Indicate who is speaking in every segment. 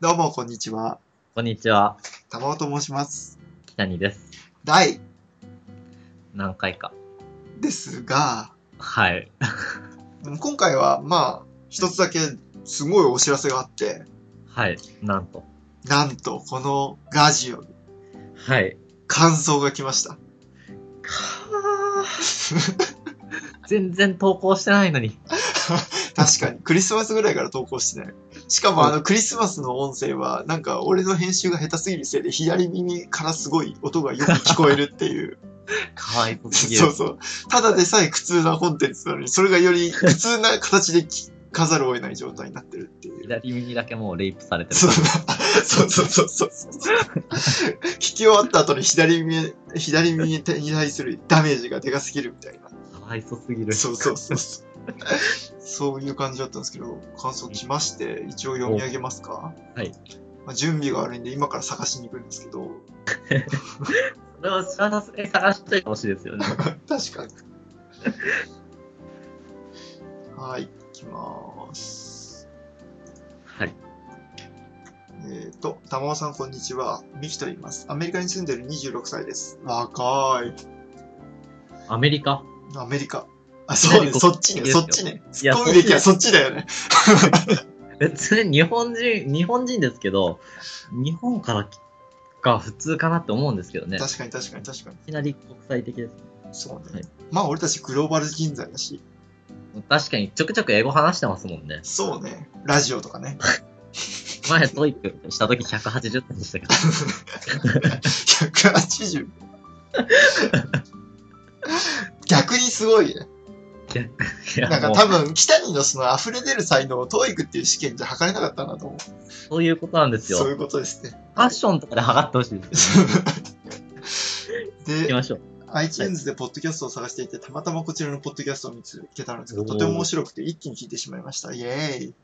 Speaker 1: どうも、こんにちは。
Speaker 2: こんにちは、
Speaker 1: 玉尾と申します。
Speaker 2: 北にです。
Speaker 1: 大
Speaker 2: 何回か。
Speaker 1: ですが、
Speaker 2: はい。
Speaker 1: 今回は、まあ、一つだけ、すごいお知らせがあって、
Speaker 2: はい。なんと。
Speaker 1: なんと、このラジオ、
Speaker 2: はい。
Speaker 1: 感想が来ました。
Speaker 2: 全然投稿してないのに。
Speaker 1: 確かに、クリスマスぐらいから投稿してない。しかも、あの、クリスマスの音声は、なんか、俺の編集が下手すぎるせいで、左耳からすごい音がよく聞こえるっていう。
Speaker 2: かわいそうすぎ
Speaker 1: そう
Speaker 2: る。
Speaker 1: そう。ただでさえ苦痛なコンテンツなのに、それがより苦痛な形で聞かざるを得ない状態になってるっていう。
Speaker 2: 左耳だけもうレイプされてる。
Speaker 1: そうそうそうそうそうそう。聞き終わった後に左耳、左耳に対するダメージがでかすぎるみたいな。
Speaker 2: かわいそうすぎる。
Speaker 1: そうそうそうそう。そういう感じだったんですけど、感想来まして、一応読み上げますか
Speaker 2: はい。
Speaker 1: まあ、準備が悪いんで、今から探しに行くんですけど、
Speaker 2: それはさすがに探しといてほしいですよね。
Speaker 1: 確かに。はい、行きます。
Speaker 2: はい。
Speaker 1: えっ、と、玉尾さん、こんにちは。ミキと言います。アメリカに住んでる26歳です。若い。
Speaker 2: アメリカ
Speaker 1: アメリカ。あ、そう
Speaker 2: アメ
Speaker 1: ね、
Speaker 2: リカ
Speaker 1: そっちね、
Speaker 2: いいです
Speaker 1: そ
Speaker 2: よ
Speaker 1: っちね。
Speaker 2: いや
Speaker 1: 突っ込むべきはそっちだよね。
Speaker 2: 別に日本人、日本人ですけど、日本からきが普通かなって思うんですけどね。い
Speaker 1: 確かに確かに確かに。
Speaker 2: きなり国際的です。
Speaker 1: そう
Speaker 2: は
Speaker 1: ね
Speaker 2: い。
Speaker 1: まあ俺たちグローバル人材だし、
Speaker 2: 確かにちょくちょく英語話してますもんね。
Speaker 1: そうね、ラジオとか ね。
Speaker 2: 前トイックした時180点でしたけど。
Speaker 1: 180。逆にすごいね。
Speaker 2: いや
Speaker 1: なんか
Speaker 2: もう
Speaker 1: 多分、北にのその溢れ出る才能を TOEIC っていう試験じゃ測れなかったなと思う。
Speaker 2: そういうことなんですよ。
Speaker 1: そうい
Speaker 2: フ
Speaker 1: うことです ね。
Speaker 2: ァッションとかで測ってほしいです。行き
Speaker 1: で、
Speaker 2: ましょう。
Speaker 1: iTunes でポッドキャストを探していて、たまたまこちらのポッドキャストを見つけたのですが、
Speaker 2: おー
Speaker 1: とても面白くて一気に聞いてしまいました。イエーイ。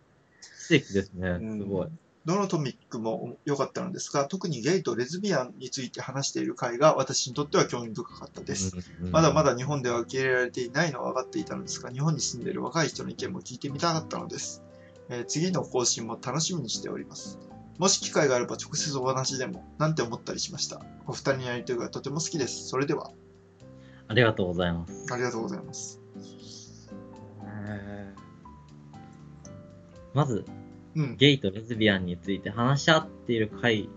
Speaker 2: 奇跡ですね。
Speaker 1: うん
Speaker 2: すごい。
Speaker 1: どのトミックも良かったのですが、特にゲイとレズビアンについて話している回が私にとっては興味深かったです。
Speaker 2: うんうん
Speaker 1: まだま。だ日本では受け入れられていないのは分かっていたのですが、日本に住んでいる若い人の意見も聞いてみたかったのです。えー次の更新も楽しみにしております。もし機会があれば直接お話でも、なんて思ったりしました。お二人のやりとりがとても好きです。それでは、
Speaker 2: ありがとうございます。
Speaker 1: ありがとうございます。
Speaker 2: まず、
Speaker 1: うん。
Speaker 2: ゲイとレズビアンについて話し合っている回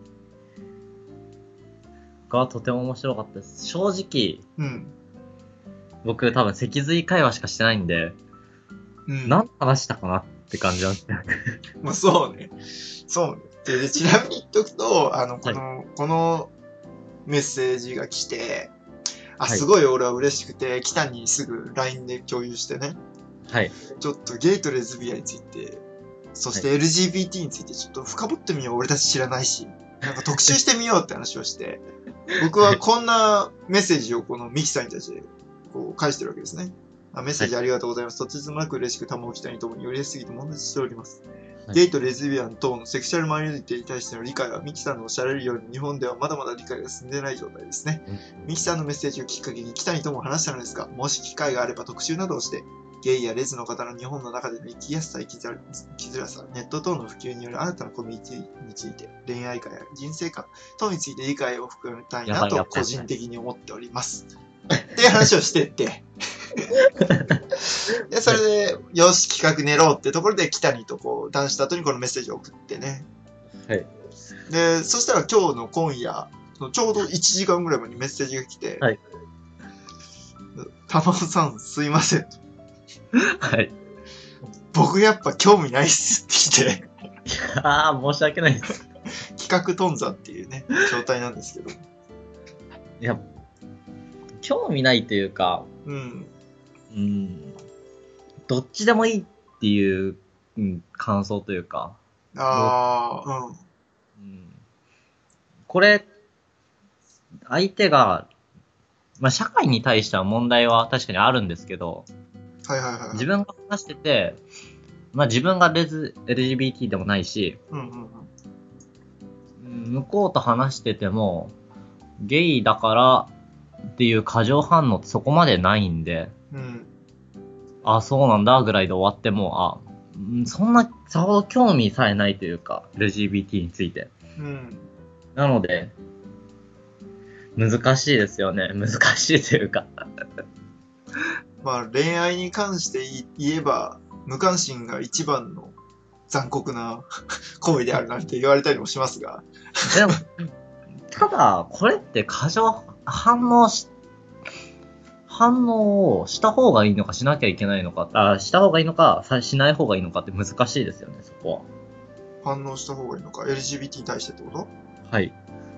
Speaker 2: がとても面白かったです。正直、
Speaker 1: うん。
Speaker 2: 僕多分脊髄会話しかしてないんで、
Speaker 1: うん。
Speaker 2: 何話したかなって感じなんですよ。
Speaker 1: まあ、そうね。そうね。で、でちなみに言っとくと、あの、この、このメッセージが来て、あ、
Speaker 2: はい
Speaker 1: すごい俺は嬉しくて、北にすぐ LINE で共有してね、
Speaker 2: はい。
Speaker 1: ちょっとゲイとレズビアについて、そして LGBT についてちょっと深掘ってみよう、俺たち知らないし、なんか特集してみようって話をして、僕はこんなメッセージをこのミキさんに対してこう返してるわけですね。あメッセージありがとうございます。とてつもなく嬉しく玉置にともに寄りすぎて悶絶しております。
Speaker 2: はい
Speaker 1: ゲイとレズビアン等のセクシャルマイノリティに対しての理解はミキさんのおっしゃられるように日本ではまだまだ理解が進んでない状態ですね。ミキさんのメッセージをきっかけに北にとも話したのですが、もし機会があれば特集などをして、ゲイやレズの方の日本の中での生きやすさ、生きづら生きづらさ、ネット等の普及による新たなコミュニティについて、恋愛観や人生観等について理解を含めたいな
Speaker 2: やばい
Speaker 1: と
Speaker 2: やばい
Speaker 1: 個人的に思っております。っていう話をして って。で、それで、よし、企画練ろうってところで、北にとこう、談した後にこのメッセージを送ってね。
Speaker 2: はい。
Speaker 1: で、そしたら今日の今夜、そのちょうど1時間ぐらい前にメッセージが来て、
Speaker 2: はい。
Speaker 1: 玉尾さん、すいません。
Speaker 2: はい。
Speaker 1: 僕やっぱ興味ないっすって来て、
Speaker 2: ああ、申し訳ないです。
Speaker 1: 企画頓挫っていうね、状態なんですけど。
Speaker 2: いや、興味ないというか、
Speaker 1: うん。
Speaker 2: うん、どっちでもいいっていう、うん、感想というか、
Speaker 1: ああ、うん。
Speaker 2: うん、これ、相手が、まあ、社会に対しては問題は確かにあるんですけど、
Speaker 1: はいはいはい。
Speaker 2: 自分が話してて、まあ、自分がレズ LGBT でもないし、
Speaker 1: うんうんうん。
Speaker 2: うん向こうと話してても、ゲイだからっていう過剰反応ってそこまでないんで、
Speaker 1: うん。
Speaker 2: あ、そうなんだぐらいで終わっても、あ、うんそんなさほど興味さえないというか、LGBT について。
Speaker 1: うん。
Speaker 2: なので、難しいですよね。難しいというか。
Speaker 1: まあ、恋愛に関してい言えば、無関心が一番の残酷な 行為であるなんて言われたりもしますが、
Speaker 2: でも、ただ、これって過剰反応し、反応をした方がいいのかしなきゃいけないのか、あした方がいいのか、さしない方がいいのかって難しいですよね、そこ
Speaker 1: 反応した方がいいのか、LGBT に対してってこと
Speaker 2: は。はい。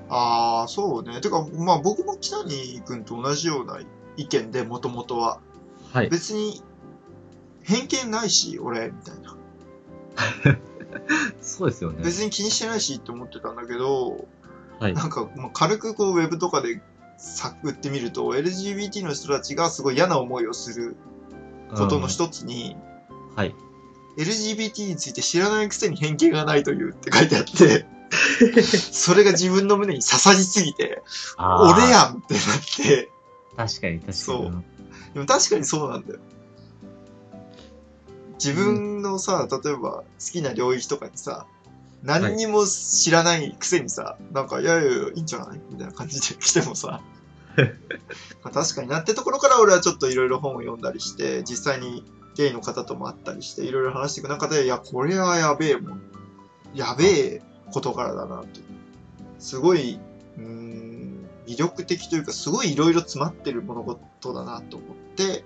Speaker 1: ああ、そうね。てか、まあ僕も北に君と同じような意見で、もともとは。
Speaker 2: はい。
Speaker 1: 別に、偏見ないし、俺、みたいな。
Speaker 2: そうですよね。
Speaker 1: 別に気にしてないしって思ってたんだけど、
Speaker 2: はい。
Speaker 1: なんか、まあ、軽くこう、ウェブとかで探ってみると、LGBT の人たちがすごい嫌な思いをすることの一つに、
Speaker 2: うん。はい。
Speaker 1: LGBT について知らないくせに偏見がないというって書いてあ って、それが自分の胸に刺さりすぎて、
Speaker 2: あー
Speaker 1: 俺やんってなって、
Speaker 2: 確かに、確かに。
Speaker 1: そうでも確かにそうなんだよ。自分のさ、例えば好きな領域とかにさ、何にも知らないくせにさ、なんか、いやいやいや、いいんじゃないみたいな感じで来てもさ、まあ確かになってところから俺はちょっといろいろ本を読んだりして、実際にゲイの方とも会ったりして、いろいろ話していく中で、いや、これはやべえもん。やべえ事柄だなと。すごい、うーん、魅力的というか、すごいいろいろ詰まってる物事だなと思って、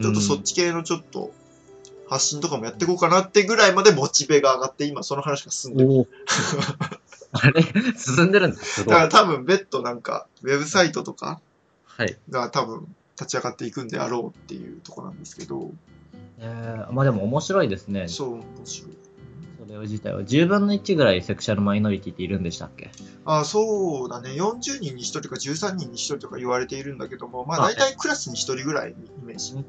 Speaker 1: ちょっとそっち系のちょっと発信とかもやっていこうかなってぐらいまでモチベが上がって、今その話が進んで
Speaker 2: うん
Speaker 1: る。
Speaker 2: おー あれ進んでるんですかすご
Speaker 1: だ
Speaker 2: い。
Speaker 1: か
Speaker 2: は
Speaker 1: ら多分別途なんか、ウェブサイトとか
Speaker 2: い。
Speaker 1: が多分立ち上がっていくんであろうっていうところなんですけど、
Speaker 2: えー、まあでも面白いですね。そ
Speaker 1: そう、面白い。
Speaker 2: れ自体は。10分の1ぐらいセクシャルマイノリティっているんでしたっけ
Speaker 1: あそうだね。40人に1人とか13人に1人とか言われているんだけども、まあ
Speaker 2: あ
Speaker 1: 大体クラスに1人ぐらいイメージ。
Speaker 2: そこ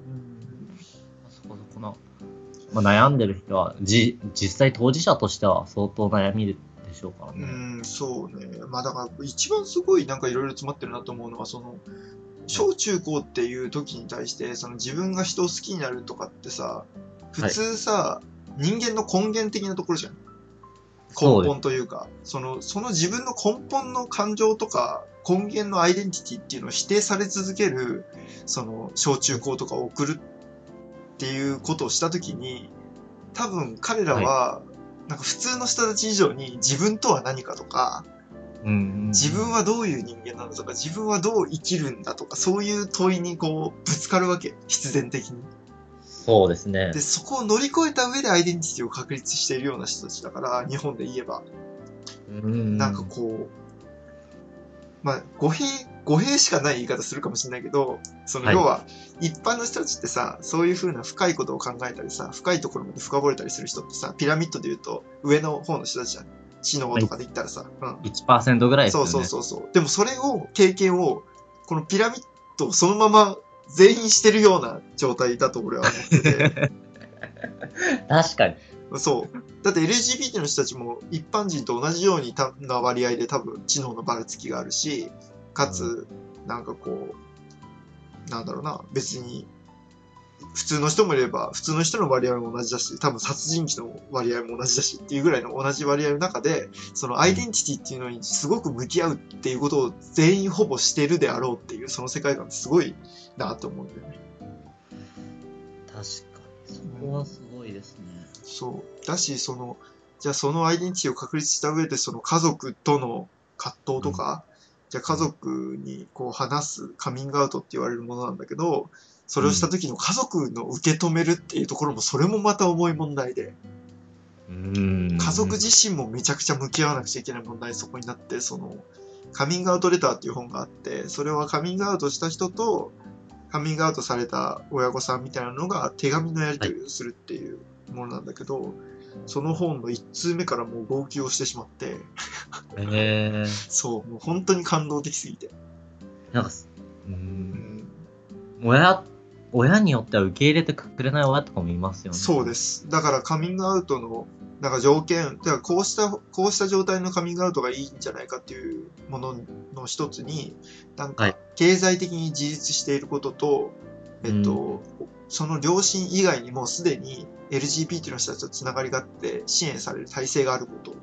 Speaker 2: そこの、まあ、悩んでる人はじ、実際当事者としては相当悩みでしょうから
Speaker 1: う
Speaker 2: ね。
Speaker 1: ん、そうね。まあだから一番すごいなんかいろいろ詰まってるなと思うのは、その、小中高っていう時に対して、その自分が人を好きになるとかってさ、普通さ、人間の根源的なところじゃん。根
Speaker 2: そうです
Speaker 1: 本というか、その、その自分の根本の感情とか、根源のアイデンティティっていうのを否定され続ける、その、小中高とかを送るっていうことをした時に、多分彼らは、なんか普通の人たち以上に自分とは何かとか、
Speaker 2: うん、
Speaker 1: 自分はどういう人間なのとか、自分はどう生きるんだとか、そういう問いにこう、ぶつかるわけ。必然的に。
Speaker 2: そうですね
Speaker 1: で、。そこを乗り越えた上でアイデンティティを確立しているような人たちだから、日本で言えば、
Speaker 2: うん
Speaker 1: なんかこう、まあ、語弊、語弊しかない言い方するかもしれないけど、その、
Speaker 2: はい
Speaker 1: 要は、一般の人たちってさ、そういう風な深いことを考えたりさ、深いところまで深掘れたりする人ってさ、ピラミッドで言うと、上の方の人たちじゃん。知能とかで言ったらさ、うん。
Speaker 2: 1%ぐらいです
Speaker 1: そ
Speaker 2: よ
Speaker 1: う
Speaker 2: ね。
Speaker 1: そうそうそう。でもそれを、経験を、このピラミッドをそのまま全員してるような状態だと俺は思ってて。
Speaker 2: 確かに。
Speaker 1: そう。だって LGBT の人たちも一般人と同じようにたな割合で多分知能のばらつきがあるし、かつ、なんかこう、なんだろうな、別に、普通の人もいれば、普通の人の割合も同じだし、多分殺人鬼の割合も同じだしっていうぐらいの同じ割合の中で、そのアイデンティティっていうのにすごく向き合うっていうことを全員ほぼしてるであろうっていう、その世界観ってすごいなと思うんだよね。
Speaker 2: 確かに。そこはすごいですね。
Speaker 1: そう。だし、その、じゃあそのアイデンティティを確立した上で、その家族との葛藤とか、じゃあ家族にこう話すカミングアウトって言われるものなんだけど、それをした時の家族の受け止めるっていうところも、それもまた重い問題で、
Speaker 2: うん。
Speaker 1: 家族自身もめちゃくちゃ向き合わなくちゃいけない問題、そこになって、その、カミングアウトレターっていう本があって、それはカミングアウトした人と、カミングアウトされた親御さんみたいなのが手紙のやり取りをするっていうものなんだけど、その本の1通目からもう号泣をしてしまって、
Speaker 2: えー、
Speaker 1: そう、もう本当に感動的すぎて。
Speaker 2: なんかす、う。
Speaker 1: うんん、
Speaker 2: 親、親によっては受け入れてくれない親とかもいますよね。。
Speaker 1: そうですす。だからカミングアウトの、なんか条件、だからこうした、こうした状態のカミングアウトがいいんじゃないかっていうものの一つに、なん
Speaker 2: は
Speaker 1: か
Speaker 2: い、
Speaker 1: 経済的に自立していることと、えっと、その両親以外にもすでに LGBT の人たちとつながりがあって支援される体制があること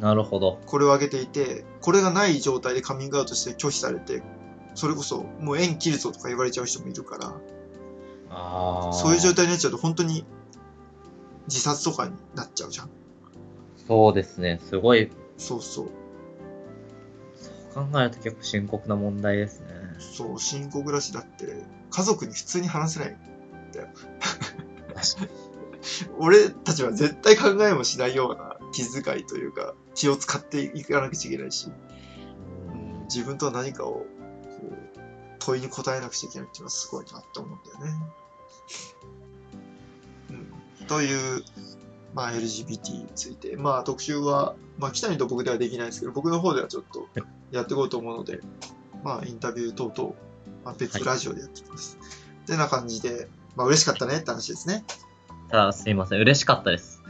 Speaker 2: なるほど。
Speaker 1: これを挙げていてこれがない状態でカミングアウトして拒否されてそれこそもう縁切るぞとか言われちゃう人もいるから
Speaker 2: ああ。
Speaker 1: そういう状態になっちゃうと本当に自殺とかになっちゃうじゃん
Speaker 2: そうですね。すごい、
Speaker 1: そうそう
Speaker 2: 考えると結構深刻な問題ですね。
Speaker 1: そう深刻だしだって家族に普通に話せない俺たちは絶対考えもしないような気遣いというか気を使っていかなくちゃいけないしうん自分とは何かをこう問いに答えなくちゃいけないっていうのはすごいなって思うんだよね。うん、という、まあ、LGBT について、まあ、特集は、まあ、北にと僕ではできないですけど僕の方ではちょっとやっていこうと思うので、まあ、インタビュー等々、まあ、別ラジオでやっていきます。てな感じで、まあ、嬉しかったねって話ですね。
Speaker 2: ただ、すいません。嬉しかったです。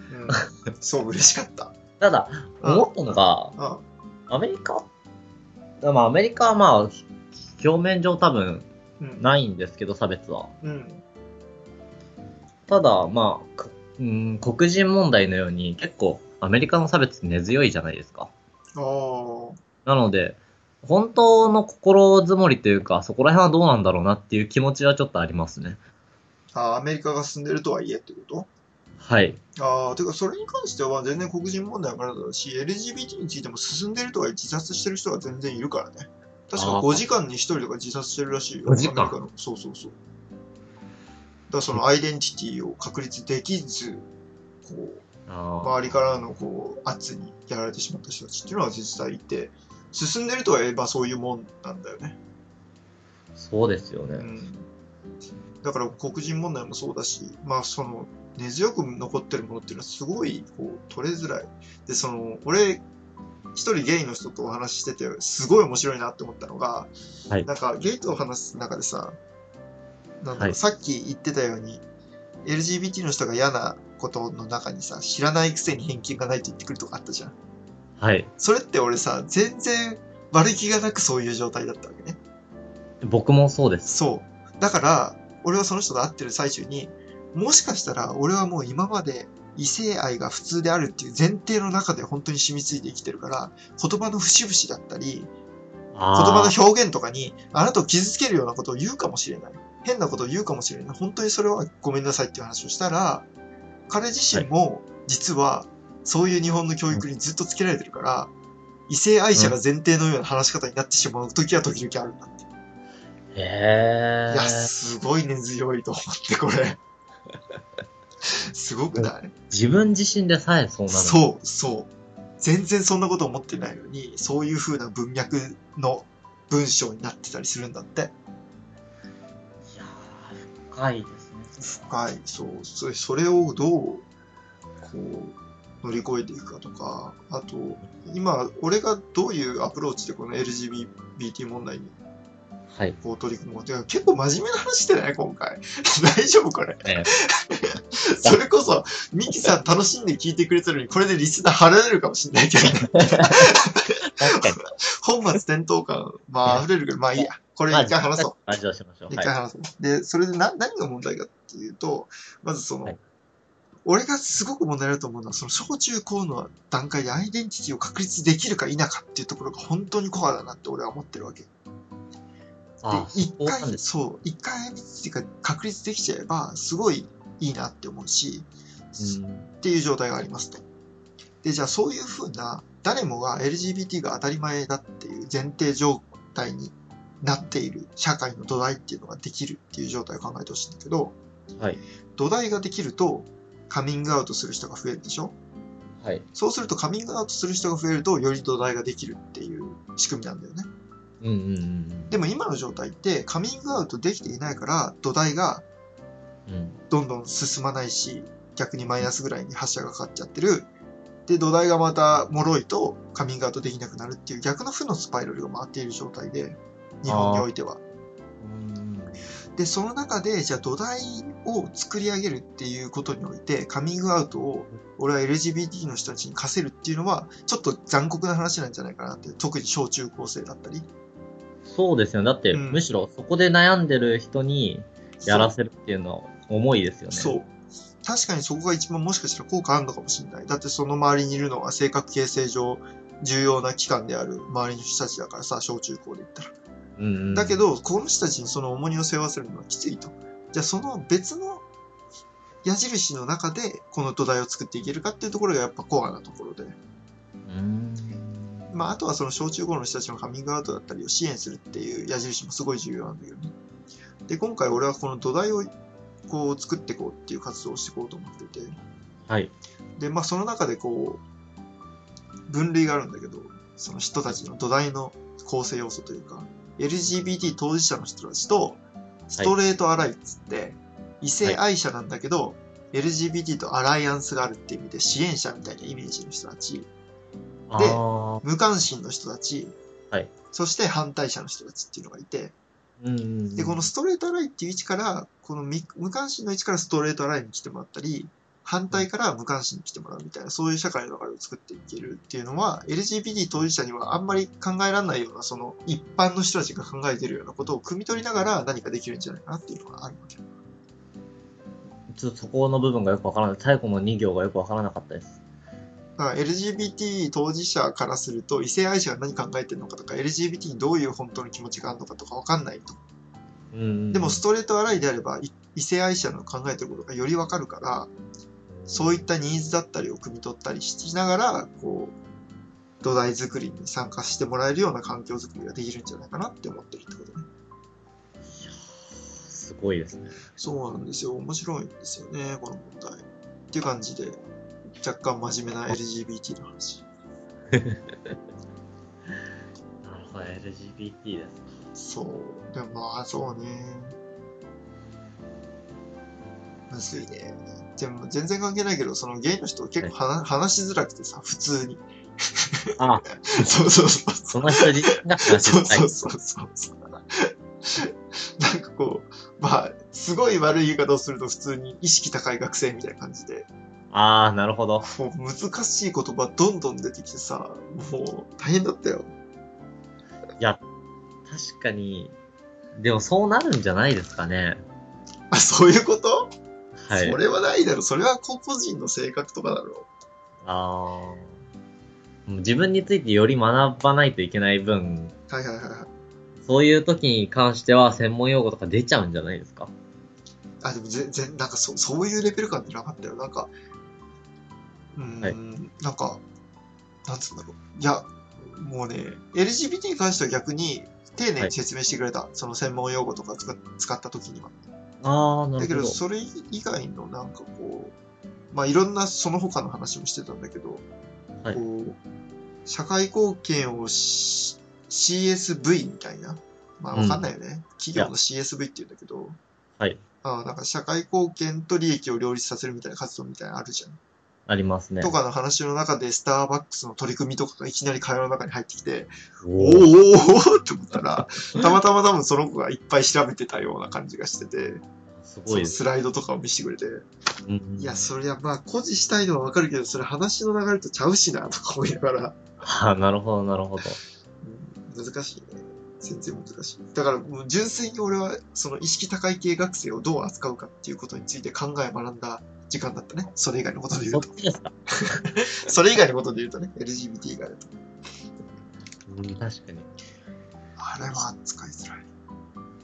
Speaker 1: うん、 そう嬉しかった。
Speaker 2: ただ、
Speaker 1: うん
Speaker 2: 思ったのが、
Speaker 1: あ
Speaker 2: アメリカ、まあ、アメリカはまあ、表面上多分
Speaker 1: うん、
Speaker 2: ないんですけど、差別は。
Speaker 1: うん、
Speaker 2: ただ、まあ、くうん、黒人問題のように、結構、アメリカの差別って根強いじゃないですか。
Speaker 1: あー
Speaker 2: なので、本当の心づもりというか、そこら辺はどうなんだろうなっていう気持ちはちょっとありますね。
Speaker 1: あー、アメリカが進んでるとはいえってこと
Speaker 2: はい。
Speaker 1: ああ、てか、それに関しては全然黒人問題はまだだし、LGBT についても進んでるとか自殺してる人は全然いるからね。確か
Speaker 2: あー
Speaker 1: 5時間に1人とか自殺してるらしいよ。
Speaker 2: 5時間
Speaker 1: アメリカのそうそうそう。だからそのアイデンティティを確立できず、こう、
Speaker 2: あ
Speaker 1: 周りからのこう圧にやられてしまった人たちっていうのは実際いて、進んでるとは言えばそういうもんなんだよね。
Speaker 2: あ、そうですよね。
Speaker 1: うんだから黒人問題もそうだし、まあ、その根強く残ってるものっていうのはすごいこう取れづらい。でその俺一人ゲイの人とお話ししててすごい面白いなって思ったのが、
Speaker 2: はい
Speaker 1: なんかゲイと話す中でさなんだろう
Speaker 2: はい
Speaker 1: さっき言ってたように LGBT の人が嫌なことの中にさ知らないくせに偏見がないと言ってくるとかあったじゃん。
Speaker 2: はい。
Speaker 1: それって俺さ全然悪気がなくそういう状態だったわけね。
Speaker 2: 僕もそうです。
Speaker 1: そう。だから、俺はその人と会ってる最中に、もしかしたら俺はもう今まで異性愛が普通であるっていう前提の中で本当に染みついて生きてるから、言葉の節々だったり、
Speaker 2: あ
Speaker 1: 言葉
Speaker 2: ー
Speaker 1: の表現とかに、あなたを傷つけるようなことを言うかもしれない。変なことを言うかもしれない。本当にそれはごめんなさいっていう話をしたら、彼自身も実はそういう日本の教育にずっとつけられてるから、異性愛者が前提のような話し方になってしまう時は時々あるんだって。
Speaker 2: へ
Speaker 1: いや、
Speaker 2: え。
Speaker 1: すごい根強いと思って、これ。 すごくない、
Speaker 2: 自分自身でさえそうなの。う。
Speaker 1: そう、そう。全然そんなこと思ってないのに、そういう風な文脈の文章になってたりするんだって。
Speaker 2: いやー深いですね。
Speaker 1: はい、そう。それそれをどう、こう、乗り越えていくかとか、あと、今、俺がどういうアプローチでこの LGBT 問題に
Speaker 2: はい。
Speaker 1: こう取り組もう。てか結構真面目な話してない今回。 大丈夫これ。
Speaker 2: ええ
Speaker 1: それこそ、ミキさん楽しんで聞いてくれてるのに、これでリスナー離れるかもしれないけど、 ね、
Speaker 2: 確かに。
Speaker 1: 本末転倒感、まあ溢れるけど、まあいいや。これ
Speaker 2: まあ
Speaker 1: 一回話そう。。
Speaker 2: ラジオしましょう。
Speaker 1: 一
Speaker 2: は
Speaker 1: 回
Speaker 2: い。
Speaker 1: 話そう。で、それでな何が問題かっていうと、まずその、
Speaker 2: はい
Speaker 1: 俺がすごく問題だと思うのは、その小中高の段階でアイデンティティを確立できるか否かっていうところが本当にコアだなって俺は思ってるわけ。で
Speaker 2: あ、
Speaker 1: 一
Speaker 2: そうなん
Speaker 1: 回
Speaker 2: です。
Speaker 1: そう一回っていうか確立できちゃえばすごいいいなって思うし、
Speaker 2: うん
Speaker 1: っていう状態がありますとでじゃあそういうふうな誰もが LGBT が当たり前だっていう前提状態になっている社会の土台っていうのができるっていう状態を考えてほしいんだけど
Speaker 2: はい。
Speaker 1: 土台ができるとカミングアウトする人が増えるでしょ
Speaker 2: はい。
Speaker 1: そうするとカミングアウトする人が増えるとより土台ができるっていう仕組みなんだよね
Speaker 2: うんうんうん
Speaker 1: でも今の状態ってカミングアウトできていないから土台が
Speaker 2: うん。うん。
Speaker 1: どんどん進まないし逆にマイナスぐらいに発射がかかっちゃってるで土台がまた脆いとカミングアウトできなくなるっていう逆の負のスパイラルが回っている状態で日本においては
Speaker 2: うん
Speaker 1: でその中でじゃあ土台を作り上げるっていうことにおいてカミングアウトを俺は LGBT の人たちに課せるっていうのはちょっと残酷な話なんじゃないかなって特に小中高生だったり
Speaker 2: そうですよ。だって、
Speaker 1: うん
Speaker 2: むしろそこで悩んでる人に、やらせるっていうのは重いですよね。
Speaker 1: そう。確かにそこが一番もしかしたら効果あるのかもしれない。だってその周りにいるのは性格形成上重要な機関である周りの人たちだからさ、小中高で言ったら。
Speaker 2: うんうん、
Speaker 1: だけど、この人たちにその重荷を背負わせるのはきついと。じゃあその別の矢印の中でこの土台を作っていけるかっていうところがやっぱコアなところで。
Speaker 2: うん、
Speaker 1: まあ、あとはその小中高の人たちのカミングアウトだったりを支援するっていう矢印もすごい重要なんだけどね。で、今回俺はこの土台をこう作っていこうっていう活動をしていこうと思ってて。
Speaker 2: はい。
Speaker 1: で、まあその中でこう、分類があるんだけど、その人たちの土台の構成要素というか、LGBT 当事者の人たちと、ストレートアライっつって、異性愛者なんだけど、LGBT とアライアンスがあるっていう意味で支援者みたいなイメージの人たち、
Speaker 2: あー
Speaker 1: 無関心の人たち、
Speaker 2: はい
Speaker 1: そして反対者の人たちっていうのがいて、
Speaker 2: うんうん、
Speaker 1: で、このストレートアライっていう位置から、このみ無関心の位置からストレートアライに来てもらったり、反対から無関心に来てもらうみたいな、そういう社会の流れを作っていけるっていうのは、LGBT 当事者にはあんまり考えられないような、その一般の人たちが考えてるようなことを汲み取りながら何かできるんじゃないかなっていうのがあるわけ。
Speaker 2: ちょっとそこの部分がよくわからない。最後の2行がよくわからなかったです。
Speaker 1: だから LGBT 当事者からすると、異性愛者が何考えてるのかとか、LGBT にどういう本当の気持ちがあるのかとかわかんないと
Speaker 2: うんうんうん
Speaker 1: でもストレートアライであればい異性愛者の考えてることがよりわかるからそういったニーズだったりを汲み取ったりしながらこう土台作りに参加してもらえるような環境づくりができるんじゃないかなって思ってるってことね
Speaker 2: すごいですね。
Speaker 1: そうなんですよ面白いんですよねこの問題っていう感じで若干真面目な LGBT の話
Speaker 2: なるほど、LGBT です。
Speaker 1: そうでもまあそうねむずいねでも全然関係ないけどそのゲイの人結構話話しづらくてさ普通に
Speaker 2: あ、
Speaker 1: そうそうそうそう。
Speaker 2: その人自身が 話
Speaker 1: そう
Speaker 2: した
Speaker 1: そう
Speaker 2: い。
Speaker 1: そうそうそう。なんかこう、まあ、すごい悪い言い方をすると普通に意識高い学生みたいな感じで、
Speaker 2: ああ、なるほど。
Speaker 1: もう難しい言葉どんどん出てきてさ、もう大変だったよ。
Speaker 2: 確かに、でもそうなるんじゃないですかね。
Speaker 1: あ、そういうこと、
Speaker 2: はい
Speaker 1: そ。れはないだろ。それは個々人の性格とかだろ。
Speaker 2: ああ。自分についてより学ばないといけない分、
Speaker 1: はいはいはいはい。
Speaker 2: そういう時に関しては専門用語とか出ちゃうんじゃないですか。
Speaker 1: あ、でも全然、なんかそそういうレベル感ってなかったよ。なんか、うーん、
Speaker 2: はい
Speaker 1: なんか、なんつうんだろう。いや、もうね、LGBT に関しては逆に丁寧に説明してくれた。その専門用語とか使使った時には。
Speaker 2: ああ、な
Speaker 1: だけ
Speaker 2: るほ
Speaker 1: ど、
Speaker 2: ど。
Speaker 1: それ以外のなんかこう、まあいろんなその他の話もしてたんだけど、
Speaker 2: はい
Speaker 1: こう、社会貢献をし CSV みたいな。まあわかんないよね。企業の CSV っていうんだけど、
Speaker 2: はい。
Speaker 1: ああなんか社会貢献と利益を両立させるみたいな活動みたいなのあるじゃん。
Speaker 2: ありますね。
Speaker 1: とかの話の中でスターバックスの取り組みとかがいきなり会話の中に入ってきて、おおーお
Speaker 2: おー
Speaker 1: ーって思ったら、たまたま多分その子がいっぱい調べてたような感じがしてて、
Speaker 2: す
Speaker 1: そ
Speaker 2: ごい
Speaker 1: の
Speaker 2: です。
Speaker 1: スライドとかを見せてくれて、
Speaker 2: うんうん
Speaker 1: いや、そりゃまあ、誇示したいのはわかるけど、それ話の流れとちゃうしな、とか思いながら、
Speaker 2: ああ、なるほど、なるほど。
Speaker 1: うん難しいね。全然難しい。だからもう純粋に俺は、その意識高い系学生をどう扱うかっていうことについて考え学んだ時間だったね。それ以外のことで言
Speaker 2: そうっ
Speaker 1: と。
Speaker 2: ちですか。
Speaker 1: それ以外のことで言うとね、LGBT 以外だと。
Speaker 2: うん、確かに。
Speaker 1: あれは扱いづらい。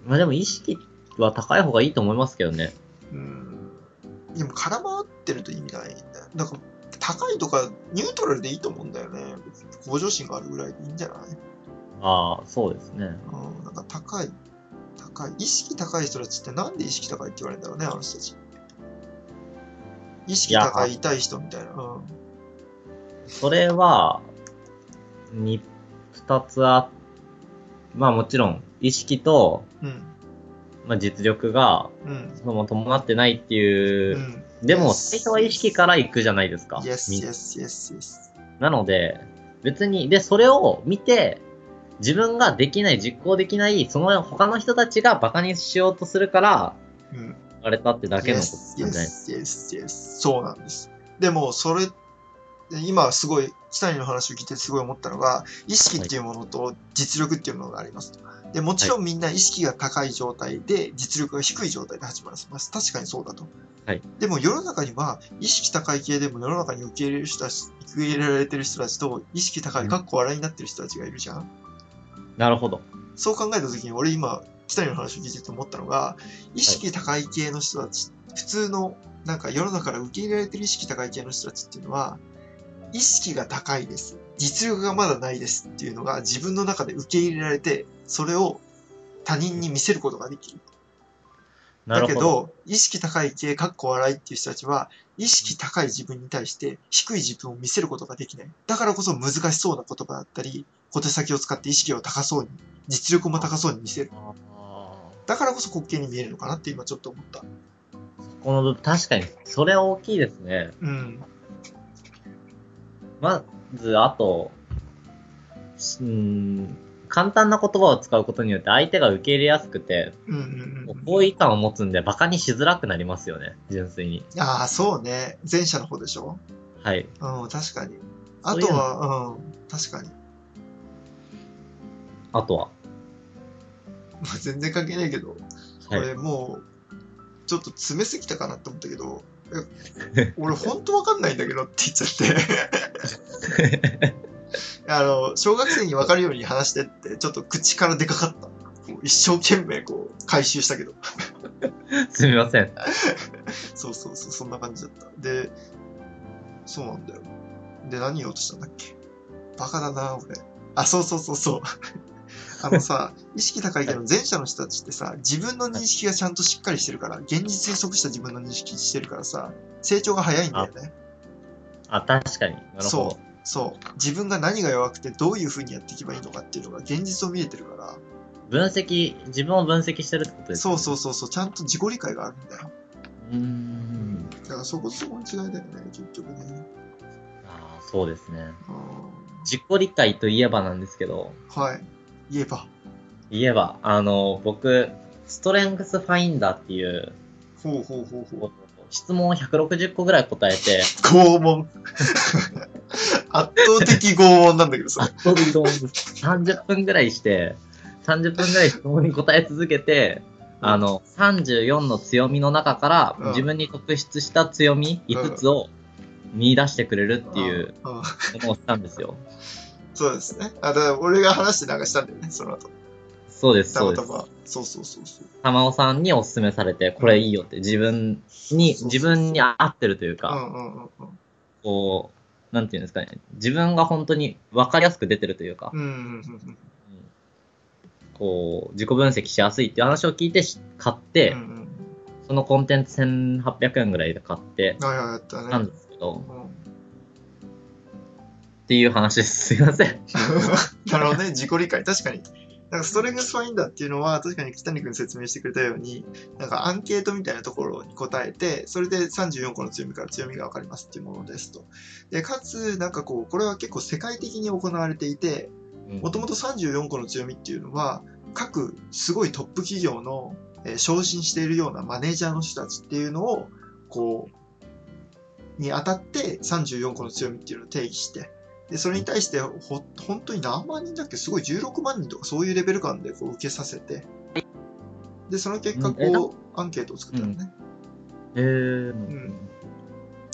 Speaker 2: まあでも意識は高い方がいいと思いますけどね。
Speaker 1: うん。でも、空回ってると意味ないんだよ。なんか、高いとか、ニュートラルでいいと思うんだよね。別に向上心があるぐらいでいいんじゃない
Speaker 2: ああ、そうですね。
Speaker 1: うん。なんか、高い、高い。意識高い人たちってなんで意識高いって言われるんだろうね、あの人たち。意識高い、痛い人みたいな。うん。
Speaker 2: それは、に、二つあ、まあもちろん、意識と、
Speaker 1: うん。
Speaker 2: まあ実力が、
Speaker 1: うん。
Speaker 2: その伴ってないっていうう、
Speaker 1: ん。
Speaker 2: でも
Speaker 1: Yes
Speaker 2: 最初は意識から行くじゃないですか。
Speaker 1: Yes,
Speaker 2: みん
Speaker 1: yes, yes, yes.
Speaker 2: なので、別に、で、それを見て、自分ができない、実行できない、その他の人たちがバカにしようとするから、
Speaker 1: うん。
Speaker 2: あれたってだけのことじゃない。
Speaker 1: Yes, yes, yes, yes. そうなんです。でも、それ、今すごい、北谷の話を聞いてすごい思ったのが、意識っていうものと実力っていうものがありますと。でもちろんみんな意識が高い状態で実力が低い状態で始まらせます確かにそうだと、
Speaker 2: はい
Speaker 1: でも世の中には意識高い系でも世の中に受け入れる人たち受け入れられてる人たちと意識高
Speaker 2: う
Speaker 1: い
Speaker 2: ん
Speaker 1: かっこ笑いになってる人たちがいるじゃん
Speaker 2: なるほど。
Speaker 1: そう考えた時に俺今北谷の話を聞いてて思ったのが意識高い系の人たち、普通のなんか世の中から受け入れられてる意識高い系の人たちっていうのは意識が高いです実力がまだないですっていうのが自分の中で受け入れられてそれを他人に見せることができる
Speaker 2: な
Speaker 1: だ
Speaker 2: る
Speaker 1: け
Speaker 2: ほど。
Speaker 1: ど意識高い系かっこ笑いっていう人たちは意識高い自分に対して低い自分を見せることができないだからこそ難しそうな言葉だったり小手先を使って意識を高そうに実力も高そうに見せる
Speaker 2: あ
Speaker 1: だからこそ滑稽に見えるのかなって今ちょっと思った。
Speaker 2: ーこの部分、確かに、それは大きいですね。
Speaker 1: うん。
Speaker 2: まず、あと、しうーん、簡単な言葉を使うことによって相手が受け入れやすくて、
Speaker 1: うんうんうん。
Speaker 2: 好意感を持つんで馬鹿にしづらくなりますよね、純粋に。
Speaker 1: ああ、そうね。前者の方でしょ
Speaker 2: はい。
Speaker 1: うん、確かに。あ
Speaker 2: そう
Speaker 1: と
Speaker 2: いうの
Speaker 1: は、うん、確かに。
Speaker 2: あとは。
Speaker 1: まあ全然関係ないけど、こ
Speaker 2: はい。
Speaker 1: れもう、ちょっと詰めすぎたかなと思ったけど、え俺本当わかんないんだけどって 言っちゃって。あの、小学生にわかるように話してって、ちょっと口からでかかった。こう一生懸命こう回収したけど。
Speaker 2: すみません。
Speaker 1: そうそうそう、そんな感じだった。で、そうなんだよ。で、何言おうとしたんだっけバカだな、俺。あ、そうそうそう そう。あのさ、意識高いけど前者の人たちってさ、自分の認識がちゃんとしっかりしてるから、現実に即した自分の認識してるからさ、成長が早いんだよね。
Speaker 2: あ、確かに。なるほ
Speaker 1: そ
Speaker 2: ど。
Speaker 1: う。そう。自分が何が弱くてどういう風にやっていけばいいのかっていうのが現実を見えてるから、
Speaker 2: 分析、自分を分析してるってことです
Speaker 1: そうそうそうそう、ちゃんと自己理解があるんだよ。
Speaker 2: うーん。
Speaker 1: だからそこそこの違いだよね、結局ね。
Speaker 2: あーそうですね。
Speaker 1: うん
Speaker 2: 自己理解といえばなんですけど、
Speaker 1: はい。言えば。
Speaker 2: 言えば、あの、僕、ストレングスファインダーっていう、
Speaker 1: ほうほうほうほう。
Speaker 2: 質問を160個ぐらい答 えて、
Speaker 1: 拷問。圧倒的拷問なんだけどさ。
Speaker 2: 圧倒的と思うんです。30分ぐらいして、30分ぐらい質問に答え続けて、あの、34の強みの中から
Speaker 1: うん
Speaker 2: 自分に特筆した強み5つを見出してくれるっていう
Speaker 1: うん。うん
Speaker 2: ものをしたんですよ。
Speaker 1: そうですね。あ、だから俺が話してなんかしたんだよね、その後。
Speaker 2: そうです、
Speaker 1: た
Speaker 2: そ
Speaker 1: ま
Speaker 2: うで
Speaker 1: た
Speaker 2: す。
Speaker 1: ま。そうそうそうそう。
Speaker 2: 玉尾さんにお勧めされて、これいいよって自分に、自分に合ってるという
Speaker 1: う
Speaker 2: か、
Speaker 1: んうんうんうん。
Speaker 2: こう、なんていうんですかね、自分が本当に分かりやすく出てるというか、
Speaker 1: うんうんうん
Speaker 2: こう、自己分析しやすいっていう話を聞いてし買って、
Speaker 1: うん。うんうん。
Speaker 2: そのコンテンツ1800円ぐらいで買って、
Speaker 1: はいはい、やった
Speaker 2: なん
Speaker 1: ね。
Speaker 2: ですけど、
Speaker 1: うん
Speaker 2: っていう話です。すいません。
Speaker 1: なるほどね、自己理解。確かに。なんかストレングスファインダーっていうのは、確かに北谷君説明してくれたように、なんかアンケートみたいなところに答えて、それで34個の強みから強みが分かりますっていうものですと。で、かつ、なんかこう、これは結構世界的に行われていて、もともと34個の強みっていうのは、各すごいトップ企業の、えー昇進しているようなマネージャーの人たちっていうのを、こう、に当たって34個の強みっていうのを定義して、で、それに対してほ、本当に何万人だっけすごい16万人とかそういうレベル感でこう受けさせて、で、その結果、
Speaker 2: うんえな
Speaker 1: こう、アンケートを作ったのね。
Speaker 2: えー、
Speaker 1: ん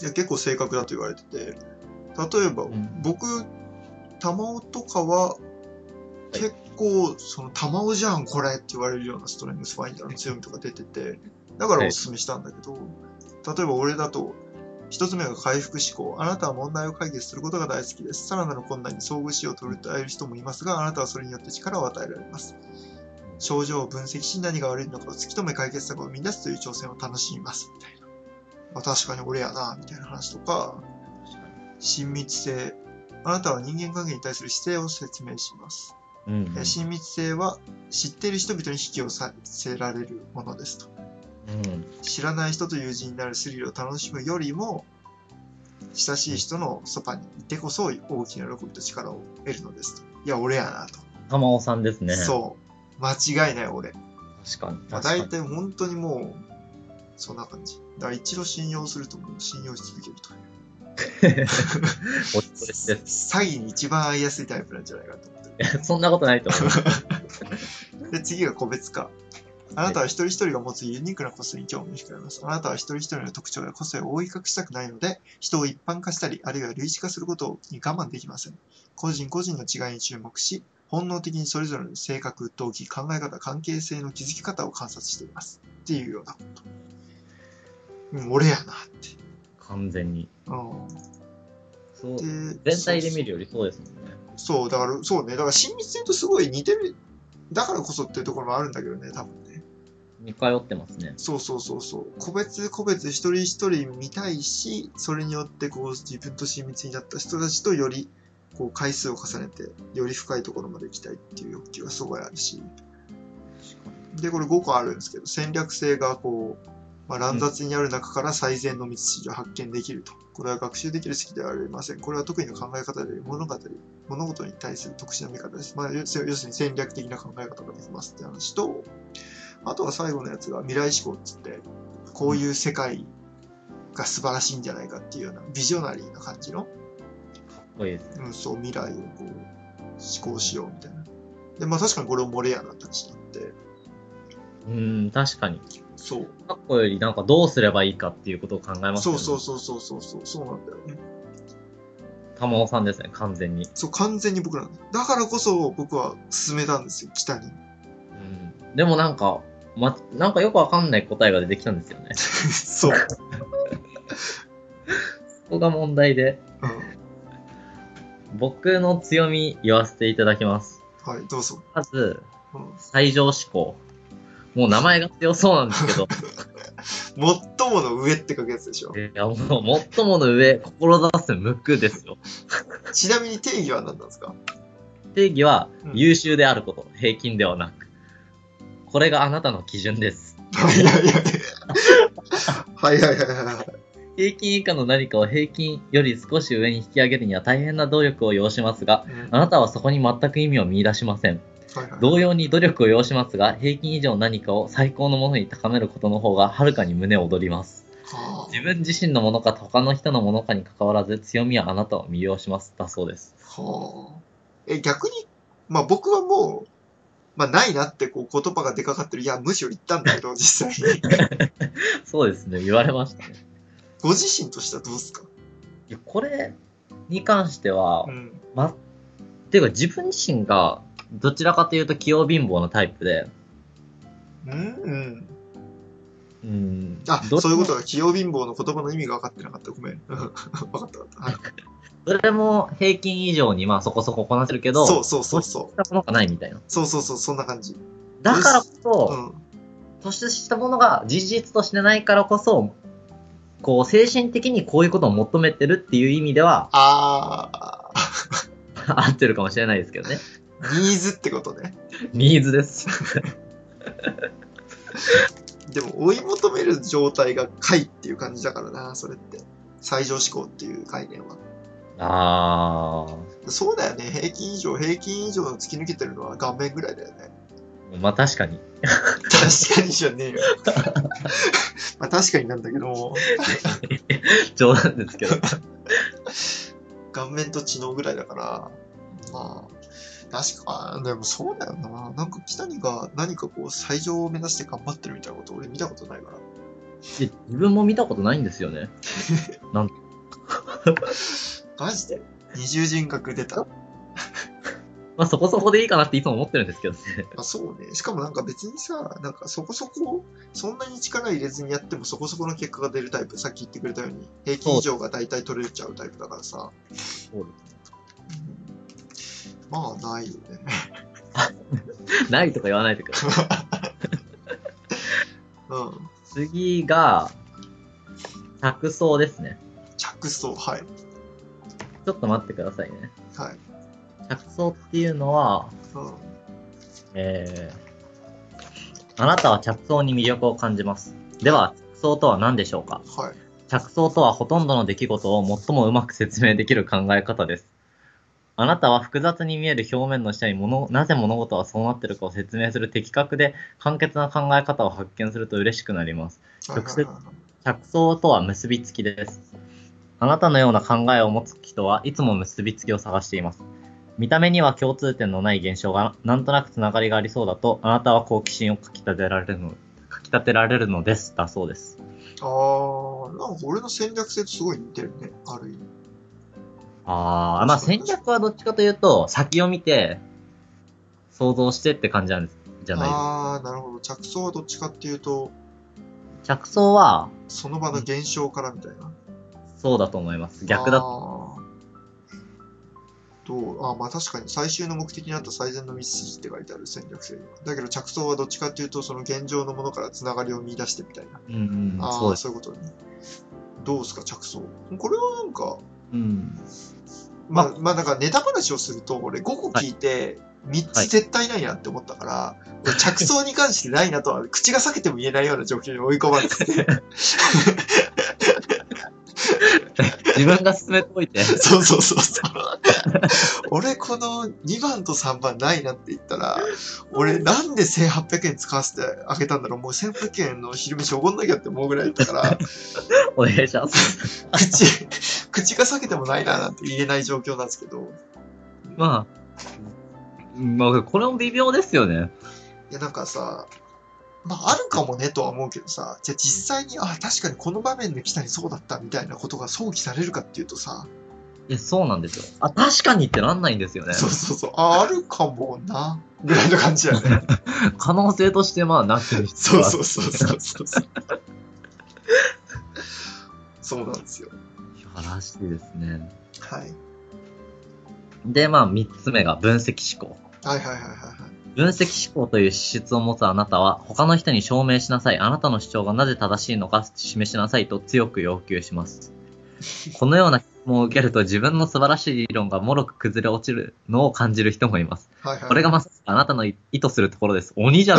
Speaker 1: いや結構正確だと言われてて、例えば、
Speaker 2: ん
Speaker 1: 僕、玉尾とかは、結構、その、玉尾じゃん、これって言われるようなストレングスファインダーの強みとか出てて、だからおすすめしたんだけど、例えば俺だと、一つ目が回復思考。あなたは問題を解決することが大好きです。さらなる困難に遭遇しようと訴える人もいますが、あなたはそれによって力を与えられます。症状を分析し、何が悪いのかを突き止め解決策を見出すという挑戦を楽しみます。みたいな。まあ、確かに俺やな、みたいな話とか、親密性あなたは人間関係に対する姿勢を説明します、
Speaker 2: うん
Speaker 1: え親密性は知っている人々に引き寄せられるものですと
Speaker 2: うん
Speaker 1: 知らない人と友人になるスリルを楽しむよりも親しい人のそばにいてこそ大きな喜びと力を得るのですといや俺やなと、
Speaker 2: 玉尾さんですね。
Speaker 1: そう間違いない俺、
Speaker 2: 確かに。
Speaker 1: まあ、
Speaker 2: 確かに。
Speaker 1: 大体本当にもうそんな感じだから一度信用するともう信用し続けるという
Speaker 2: お疲れ様で
Speaker 1: 詐欺に一番合いやすいタイプなんじゃないかと思ってる
Speaker 2: すそんなことないと思います。
Speaker 1: で、次が個別化。あなたは一人一人が持つユニークな個性に興味を惹かれます。あなたは一人一人の特徴や個性を覆い隠したくないので、人を一般化したり、あるいは類似化することに我慢できません。個人個人の違いに注目し、本能的にそれぞれの性格、動機、考え方、関係性の築き方を観察しています。っていうようなこと。うん俺やなって。
Speaker 2: 完全に。
Speaker 1: う、
Speaker 2: そうん
Speaker 1: で
Speaker 2: 全体で見るよりそうですもんね。
Speaker 1: そう、だから、そうね、だから親密性とすごい似てる、だからこそっていうところもあるんだけどね、多分ね。
Speaker 2: 似通ってますね。
Speaker 1: そうそうそうそう。個別個別一人一人見たいし、それによってこう自分と親密になった人たちとよりこう回数を重ねて、より深いところまで行きたいっていう欲求がすごいあるし。で、これ5個あるんですけど、戦略性がこう、まあ、乱雑にある中から最善の道筋を発見できると。これは学習できる式ではありません。これは得意の考え方であり物語、物事に対する特殊な見方です。まあ、要要するに戦略的な考え方ができますって話と、あとは最後のやつが未来志向っつって、こういう世界が素晴らしいんじゃないかっていうようなビジョナリーな感じの、
Speaker 2: かっこいいです。
Speaker 1: うん、そう未来をこう思考しようみたいな。で、まあ確かにこれをモレアな感じになって、
Speaker 2: うん、確かに。
Speaker 1: そう。
Speaker 2: かっこよりなんかどうすればいいかっていうことを考えます
Speaker 1: そ
Speaker 2: よ
Speaker 1: う
Speaker 2: ね。
Speaker 1: そうそうそうそうそう、そうなんだよね。
Speaker 2: 玉尾さんですね、完全に。
Speaker 1: そう、完全に僕なんだ。だからこそ僕は進めたんですよ、北に。
Speaker 2: うん。でもなんか、ま、なんかよくわかんない答えが出てきたんで すよね。 そ
Speaker 1: そう。
Speaker 2: こが問題で。
Speaker 1: うん。
Speaker 2: 僕の強み言わせていただきます。
Speaker 1: はい、どうぞ。
Speaker 2: まず、
Speaker 1: うん、
Speaker 2: 最上志向。もう名前が強そうなんですけど。
Speaker 1: 最もの上って書くやつでしょ。
Speaker 2: いや、もう、最もの上、志す無垢ですよ。
Speaker 1: ちなみに定義は何なんですか
Speaker 2: 定義は
Speaker 1: うん、
Speaker 2: 優秀であること、平均ではなく。これがあなたの基準です。
Speaker 1: はいはいはい。はいはいはいはい。
Speaker 2: 平均以下の何かを平均より少し上に引き上げるには大変な努力を要しますが、
Speaker 1: うん
Speaker 2: あなたはそこに全く意味を見出しません。
Speaker 1: はいはい
Speaker 2: 同様に努力を要しますが、平均以上何かを最高のものに高めることの方がはるかに胸躍ります。
Speaker 1: は
Speaker 2: 自分自身のものか他の人のものかに関わらず、強みはあなたを魅了します。だそうです。
Speaker 1: あ。はあ。え、逆に、まあ僕はもう、まあないなってこう言葉が出かかってる。いや、むしろ言ったんだけど、実際に。
Speaker 2: そうですね、言われましたね。
Speaker 1: ご自身としてはどうですか
Speaker 2: いやこれに関しては、
Speaker 1: うん。
Speaker 2: ま、っていうか自分自身がどちらかというと器用貧乏なタイプで、
Speaker 1: うんうん。
Speaker 2: うん。
Speaker 1: あ、
Speaker 2: どれも
Speaker 1: そういうことだ。器用貧乏の言葉の意味が分かってなかった。ごめん。 うん分かった分かった。はい
Speaker 2: どれも平均以上にまあそこそここなせるけど、
Speaker 1: そうそうそうそう。
Speaker 2: したものがないみたいな。
Speaker 1: そうそうそう、そんな感じ。
Speaker 2: だからこ
Speaker 1: う
Speaker 2: そ、
Speaker 1: ん。
Speaker 2: 突出したものが事実としてないからこそ、こう精神的にこういうことを求めてるっていう意味では
Speaker 1: あ
Speaker 2: 合ってるかもしれないですけどね。
Speaker 1: ー、ニーズってことね。
Speaker 2: ニーズです。
Speaker 1: でも追い求める状態が解っていう感じだからな、それって。最上思考っていう概念は。
Speaker 2: あ
Speaker 1: そうだよね、平均以上、平均以上の突き抜けてるのは顔面ぐらいだよね。
Speaker 2: ー。まあ確かに。
Speaker 1: 確かにじゃねえよ。 まあ確かになんだけど、
Speaker 2: 冗談ですけど。
Speaker 1: 顔面と知能ぐらいだから、まあ、確か、あでもそうだよな。なんか北にが何かこう、最上を目指して頑張ってるみたいなこと俺見たことないから。
Speaker 2: で自分も見たことないんですよね。
Speaker 1: マジで二重人格出た。
Speaker 2: まあそこそこでいいかなっていつも思ってるんですけどね。
Speaker 1: あそうね。しかもなんか別にさ、なんかそこそこ、そんなに力入れずにやってもそこそこの結果が出るタイプ。さっき言ってくれたように、平均以上が大体取れちゃうタイプだからさ。うんまあ、ないよね。
Speaker 2: ないとか言わないでください。
Speaker 1: うん。
Speaker 2: 次が、着想ですね。
Speaker 1: 着想、はい。
Speaker 2: ちょっと待ってくださいね。
Speaker 1: はい。
Speaker 2: 着想っていうのは、
Speaker 1: うん。
Speaker 2: えー、あなたは着想に魅力を感じます。では、着想とは何でしょうか
Speaker 1: はい。
Speaker 2: 着想とはほとんどの出来事を最もうまく説明できる考え方です。あなたは複雑に見える表面の下に物なぜ物事はそうなっているかを説明する的確で簡潔な考え方を発見すると嬉しくなります。直接着想とは結びつきです。あなたのような考えを持つ人はいつも結びつきを探しています。見た目には共通点のない現象がなんとなくつながりがありそうだと、あなたは好奇心をかき立てられるの、かき立てられるのです。だそうです。
Speaker 1: あー、なんか俺の戦略性とすごい似てるね、ある意味。
Speaker 2: ああ、まあ戦略はどっちかというと、先を見て、想像してって感じなんです、じゃないです
Speaker 1: あー、なるほど。着想はどっちかっていうと、
Speaker 2: 着想は、
Speaker 1: その場の現象からみたいな。
Speaker 2: そうだと思います。逆だと。
Speaker 1: あーどうあーまあ確かに最終の目的にあった最善の道筋って書いてある戦略性だけど着想はどっちかっていうとその現状のものからつながりを見出してみたいな、
Speaker 2: うんうん、
Speaker 1: ああ
Speaker 2: そう
Speaker 1: ー
Speaker 2: です。
Speaker 1: そういうことねどうですか着想これはなんか
Speaker 2: うん。
Speaker 1: まあ
Speaker 2: ま、
Speaker 1: まあ、なんかネタ話をすると俺5個聞いて3つ絶対ないなって思ったから、俺着想に関してないなとは 口が裂けても言えないような状況に追い込 まれてて
Speaker 2: 自分が進めておいて。
Speaker 1: そうそうそうそう。俺、この2番と3番ないなって言ったら、俺、なんで1800円使わせてあげたんだろう。もう1800円の昼飯おごんなきゃって思うぐらいだから、
Speaker 2: お願いします。
Speaker 1: 口、口が裂けてもないななんて言えない状況なんですけど、
Speaker 2: まあ、まあ、これも微妙ですよね。
Speaker 1: いや、なんかさ、まあ、あるかもねとは思うけどさ、じゃあ実際に、あ、確かにこの場面で来たりそうだったみたいなことが想起されるかっていうとさ、
Speaker 2: いや、そうなんですよ。あ、確かにってなんないんですよね。
Speaker 1: そうそうそう、あ、あるかもな、ぐらいの感じだよね。
Speaker 2: 可能性として、まあ、なくにして
Speaker 1: そう
Speaker 2: は
Speaker 1: そうそうそうそうそう。そうなんですよ。
Speaker 2: 素晴らしいですね。
Speaker 1: はい。
Speaker 2: で、まあ、三つ目が分析思考。
Speaker 1: はいはいはいはいはい。
Speaker 2: 分析思考という資質を持つあなたは、他の人に証明しなさい、あなたの主張がなぜ正しいのか示しなさいと強く要求します。このような質問を受けると自分の素晴らしい理論がもろく崩れ落ちるのを感じる人もいます。
Speaker 1: はいはい、
Speaker 2: これがまさしくあなたの意図するところです。鬼じゃん。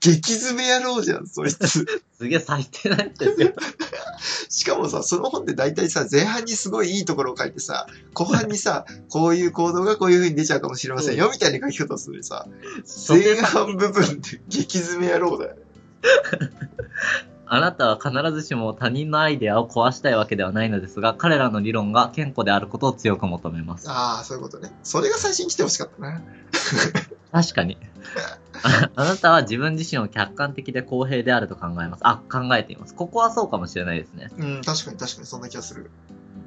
Speaker 1: 激詰め野郎じゃん、そいつ。
Speaker 2: すげえ最低なやつですよ。
Speaker 1: しかもさ、その本って大体さ、前半にすごいいいところを書いてさ、後半にさ、こういう行動がこういう風に出ちゃうかもしれませんよ、みたいな書き方をするのにさ、
Speaker 2: そ
Speaker 1: 前
Speaker 2: して
Speaker 1: 半部分って激詰め野郎だよね。
Speaker 2: あなたは必ずしも他人のアイデアを壊したいわけではないのですが、彼らの理論が健康であることを強く求めます。
Speaker 1: ああ、そういうことね。それが最初に来てほしかったな。
Speaker 2: 確かに。ああなたは自分自身を客観的で公平であると考えます。あ、考えています。ここはそうかもしれないですね。
Speaker 1: うん、確かに確かにそんな気がする。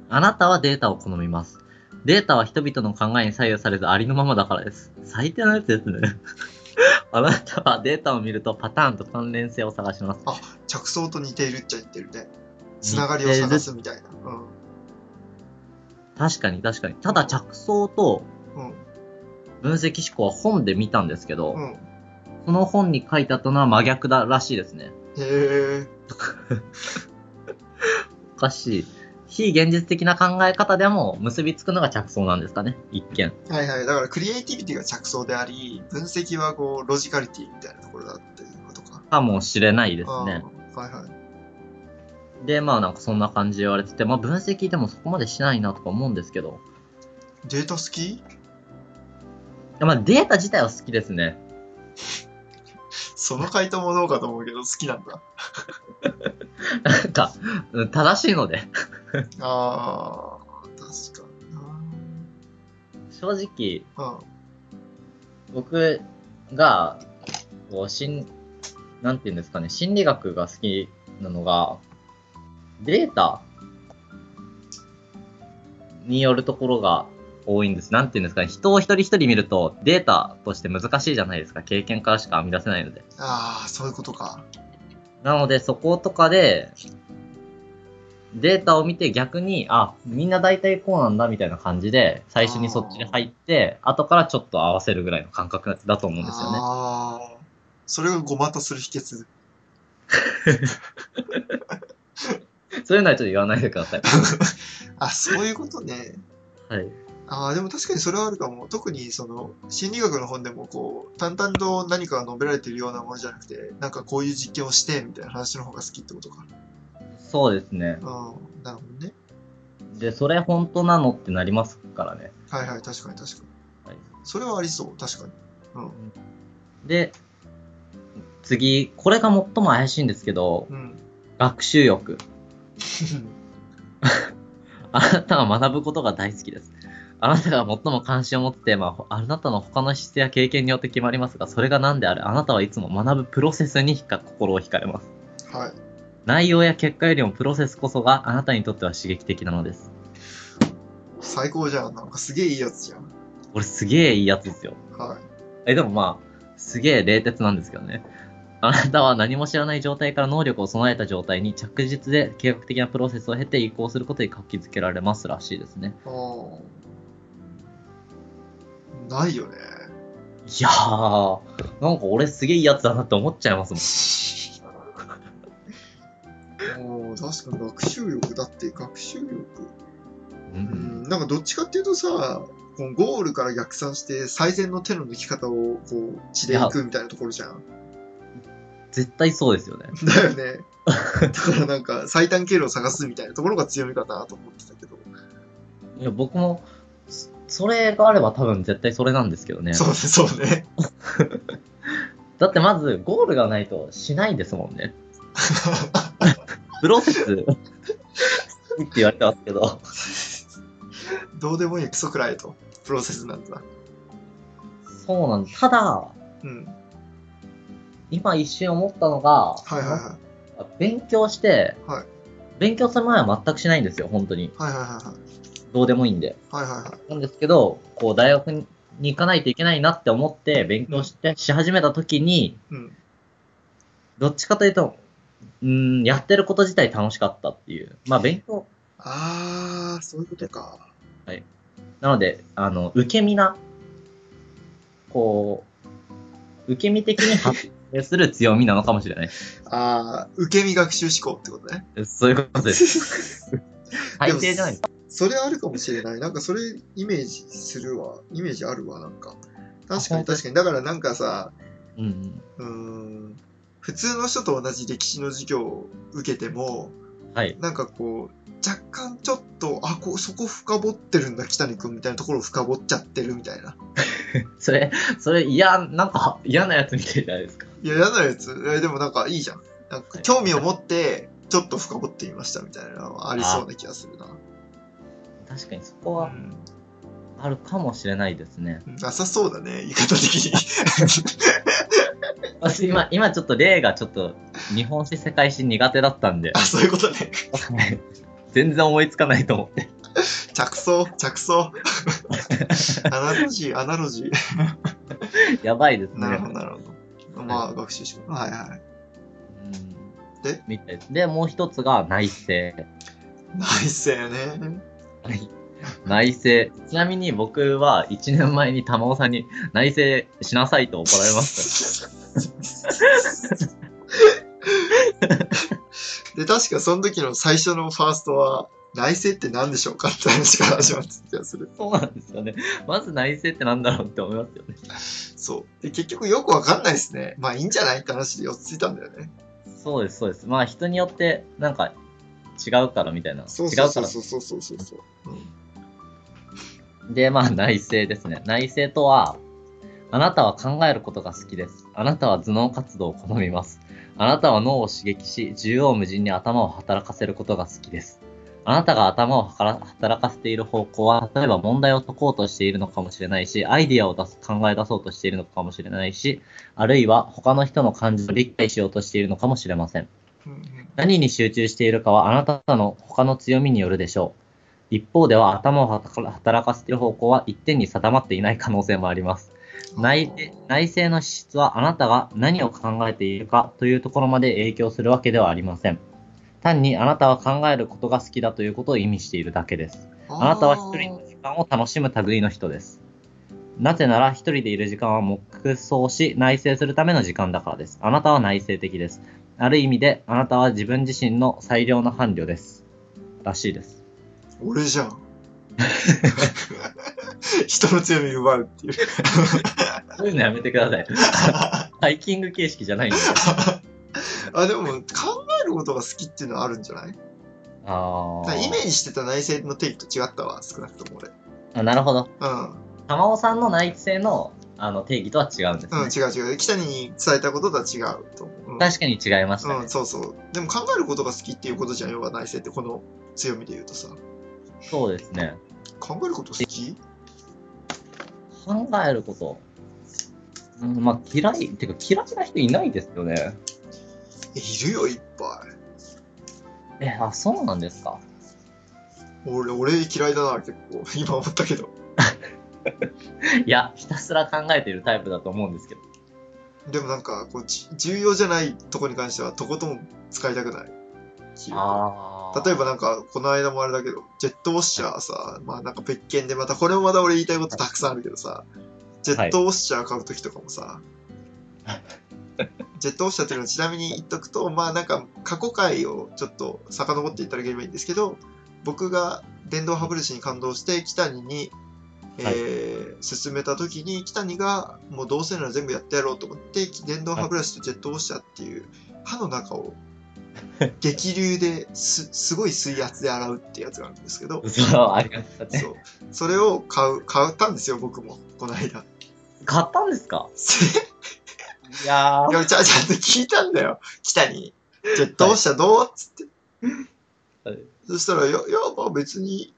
Speaker 2: あなたはデータを好みます。データは人々の考えに左右されずありのままだからです。最低なやつですね。 あなたはデータを見るとパターンと関連性を探します。
Speaker 1: 着想と似ているっちゃ似てるね。つながりを探すみたいな。うん。
Speaker 2: 確かに確かに。ただ着想と
Speaker 1: うん
Speaker 2: 分析思考は本で見たんですけど、
Speaker 1: うん。へ
Speaker 2: その本に書いてあったのは真逆だらしいですね。
Speaker 1: え。
Speaker 2: おかしい。非現実的な考え方でも結びつくのが着想なんですかね。一見。
Speaker 1: はいはい。だからクリエイティビティが着想であり、分析はこう、ロジカリティみたいなところだっていうことか。
Speaker 2: かもしれないです
Speaker 1: あ
Speaker 2: ね。
Speaker 1: あはいはい。
Speaker 2: で、まあなんかそんな感じで言われてて、まあ分析でもそこまでしないなとか思うんですけど。
Speaker 1: データ好き
Speaker 2: まあデータ自体は好きですね。
Speaker 1: その回答もどうかと思うけど、好きなんだ。
Speaker 2: なんか、うん正しいので。
Speaker 1: ああ、確かにな
Speaker 2: 正直、。
Speaker 1: うん。
Speaker 2: 僕が、こう、心、なんていうんですかね、心理学が好きなのが、データによるところが多いんです。なんていうんですかね、人を一人一人見ると、データとして難しいじゃないですか。経験からしか編み出せないので。
Speaker 1: ああ、そういうことか。
Speaker 2: なので、そことかで、データを見て逆に、あ、みんな大体こうなんだみたいな感じで、最初にそっちに入って、後からちょっと合わせるぐらいの感覚だと思うんですよね。
Speaker 1: ああ。それをごまたする秘訣。
Speaker 2: そういうのはちょっと言わないでください。
Speaker 1: あ、そういうことね。
Speaker 2: はい。
Speaker 1: ああ、でも確かにそれはあるかも。特にその心理学の本でもこう、淡々と何かが述べられているようなものじゃなくて、なんかこういう実験をしてみたいな話の方が好きってことか。
Speaker 2: そうですね。
Speaker 1: うん、なるほどね。
Speaker 2: で、それ本当なのってなりますからね。
Speaker 1: はいはい、確かに確かに。
Speaker 2: はい
Speaker 1: それはありそう、確かに。
Speaker 2: で、次、これが最も怪しいんですけど、
Speaker 1: うん。
Speaker 2: 学習欲。あなたは学ぶことが大好きです。あなたが最も関心を持って、まあほ、あなたの他の質や経験によって決まりますが、それが何であれ、あなたはいつも学ぶプロセスにひか心を惹かれます。
Speaker 1: はい。
Speaker 2: 内容や結果よりもプロセスこそがあなたにとっては刺激的なのです。
Speaker 1: 最高じゃん。なんかすげえいいやつじゃん。
Speaker 2: これすげえいいやつですよ。
Speaker 1: はい。
Speaker 2: え、でもまあ、すげえ冷徹なんですけどね。あなたは何も知らない状態から能力を備えた状態に着実で計画的なプロセスを経て移行することに活気づけられますらしいですね。
Speaker 1: あーないよね。
Speaker 2: いやー、なんか俺すげえいいやつだなって思っちゃいますもん。
Speaker 1: もう確かに学習力だって学習力、
Speaker 2: う、
Speaker 1: うんん、なんかどっちかっていうとさこのゴールから逆算して最善の手の抜き方をこう地でいくみたいなところじゃん
Speaker 2: 絶対そうですよね。
Speaker 1: だよねだからなんか最短経路を探すみたいなところが強みかなと思ってたけど、
Speaker 2: いや、僕も、そそれがあれば多分絶対それなんですけどね。
Speaker 1: そうねそうね
Speaker 2: だってまず、ゴールがないとしないんですもんね。プロセス、 って言われてますけど。
Speaker 1: どうでもいいクソくらいとプロセスなんだ
Speaker 2: そうなんです。ただ、
Speaker 1: うん
Speaker 2: 今一瞬思ったのが、
Speaker 1: はいはいは
Speaker 2: 勉強して、
Speaker 1: はい
Speaker 2: 勉強する前は全くしないんですよ、本当に。
Speaker 1: いはいはいはい
Speaker 2: どうでもいいんで。
Speaker 1: はいはいはい
Speaker 2: なんですけど、こう、大学に行かないといけないなって思って、勉強して、し始めた時に、
Speaker 1: うん
Speaker 2: どっちかというと、うーん、やってること自体楽しかったっていう。まあ、勉強。
Speaker 1: ああそういうことか
Speaker 2: なので、あの、受け身な、こう、受け身的に発生する強みなのかもしれない。
Speaker 1: ああ受け身学習思考ってことね
Speaker 2: そういうことです。
Speaker 1: で
Speaker 2: 最
Speaker 1: も
Speaker 2: 低じゃないで す。
Speaker 1: それあるかもしれない。なんかそれイメージするわ。イメージあるわ、なんか。確かに確かに。だからなんかさ、
Speaker 2: うんうん。
Speaker 1: うーん、普通の人と同じ歴史の授業を受けても、
Speaker 2: はい。
Speaker 1: なんかこう、若干ちょっと、あ、こそこ深掘ってるんだ、北谷君みたいなところを深掘っちゃってるみたいな。
Speaker 2: それ、それ、嫌、なんか嫌なやつみたいじゃないですか。
Speaker 1: いや、嫌なやつ。えでもなんかいいじゃん。なんか興味を持って、ちょっと深掘ってみましたみたいなのはありそうな気がするな。
Speaker 2: 確かにそこ
Speaker 1: う
Speaker 2: は
Speaker 1: ん
Speaker 2: あるかもしれないですね。
Speaker 1: なさそうだね、言い方的に。
Speaker 2: 私今、今ちょっと例がちょっと日本史世界史苦手だった んで
Speaker 1: あ、、そういうことね。
Speaker 2: 全然思いつかないと思って。
Speaker 1: 着想着想 アナロジーアナロジー
Speaker 2: やばいですね。
Speaker 1: なるほどなるほどまあ学習しはいはい
Speaker 2: うん
Speaker 1: で
Speaker 2: みたいですで、もう一つが内政。
Speaker 1: 内政ね
Speaker 2: はい内政。ちなみに僕は1年前に玉尾さんに内政しなさいと怒られました。
Speaker 1: で確かその時の最初のファーストは内政って何でしょうかって話から始まった気がする
Speaker 2: そうなんですよね。まず内政ってなんだろうって思いますよね。
Speaker 1: そうで結局よくわかんないですねまあいいんじゃないって話で落ち着いたんだよね
Speaker 2: そうです、そうです。まあ人によってなんか違うからみたいな。
Speaker 1: そう
Speaker 2: 違
Speaker 1: そう
Speaker 2: うか
Speaker 1: そう
Speaker 2: ら
Speaker 1: そうそうそうそうそう、うん
Speaker 2: で、まあ内政ですね。内政とは、あなたは考えることが好きです。あなたは頭脳活動を好みます。あなたは脳を刺激し、縦横無尽に頭を働かせることが好きです。あなたが頭をはら働かせている方向は、例えば問題を解こうとしているのかもしれないし、アイディアを出す考え出そうとしているのかもしれないし、あるいは他の人の感情を理解しようとしているのかもしれません。
Speaker 1: うんうん
Speaker 2: 何に集中しているかはあなたの他の強みによるでしょう。一方では頭を働かせている方向は一点に定まっていない可能性もあります。内内政の資質はあなたが何を考えているかというところまで影響するわけではありません。単にあなたは考えることが好きだということを意味しているだけです。あなたは一人の時間を楽しむ類の人です。なぜなら一人でいる時間は黙想し内省するための時間だからです。あなたは内省的です。ある意味であなたは自分自身の最良の伴侶です。らしいです。
Speaker 1: 俺じゃん。 人の強み奪うっていう。
Speaker 2: そういうのやめてください。 ハイキング形式じゃないんで。
Speaker 1: あ、でも考えることが好きっていうのはあるんじゃない
Speaker 2: あ
Speaker 1: だからイメージしてた内政の定義と違ったわ、少なくとも俺。
Speaker 2: あ。なるほど。
Speaker 1: う
Speaker 2: 玉尾さんの内省のあの定義とは違うんです
Speaker 1: ん。うん、
Speaker 2: ね。
Speaker 1: 違う違う。北谷に伝えたこととは違うと思う。うん
Speaker 2: 確かに違いました
Speaker 1: う
Speaker 2: ね
Speaker 1: ん、。そうそう。でも考えることが好きっていうことじゃん、要は内政ってこの強みで言うとさ。
Speaker 2: そうですね。
Speaker 1: 考えること好き
Speaker 2: 考えること。うん、まあ嫌い、ってか嫌いな人いないですよね。
Speaker 1: いるよ、いっぱい。
Speaker 2: え、あ、そうなんですか。
Speaker 1: 俺、俺嫌いだな、結構。 今思ったけど。
Speaker 2: いや、ひたすら考えてるタイプだと思うんですけど。
Speaker 1: でもなんか、こう、じ重要じゃないとこに関しては、とことん使いたくない。
Speaker 2: あ
Speaker 1: 例えばなんか、この間もあれだけど、ジェットウォッシャーさ、まあなんか別件でまた、これもまだ俺言いたいことたくさんあるけどさ、ジェットウォッシャー買うときとかもさ、ジェットウォッシャーっていうのはちなみに言っとくと、まあなんか過去回をちょっと遡っていただければいいんですけど、僕が電動歯ブラシに感動して北谷に、えー勧めた時に北谷がもうどうせなら全部やってやろうと思って電動歯ブラシとジェットウォッシャーっていう歯の中 を激流ですすごい水圧で洗うってやつがあるんですけど
Speaker 2: そう、ありましたね。
Speaker 1: そうそれを買う買ったんですよ僕もこの 間
Speaker 2: 買ったんですか
Speaker 1: せ
Speaker 2: いや
Speaker 1: いやちゃんちゃんと聞いたんだよ北に「じゃあどうしたどう?」っつって、
Speaker 2: はい
Speaker 1: そしたら「いやいやまあ別に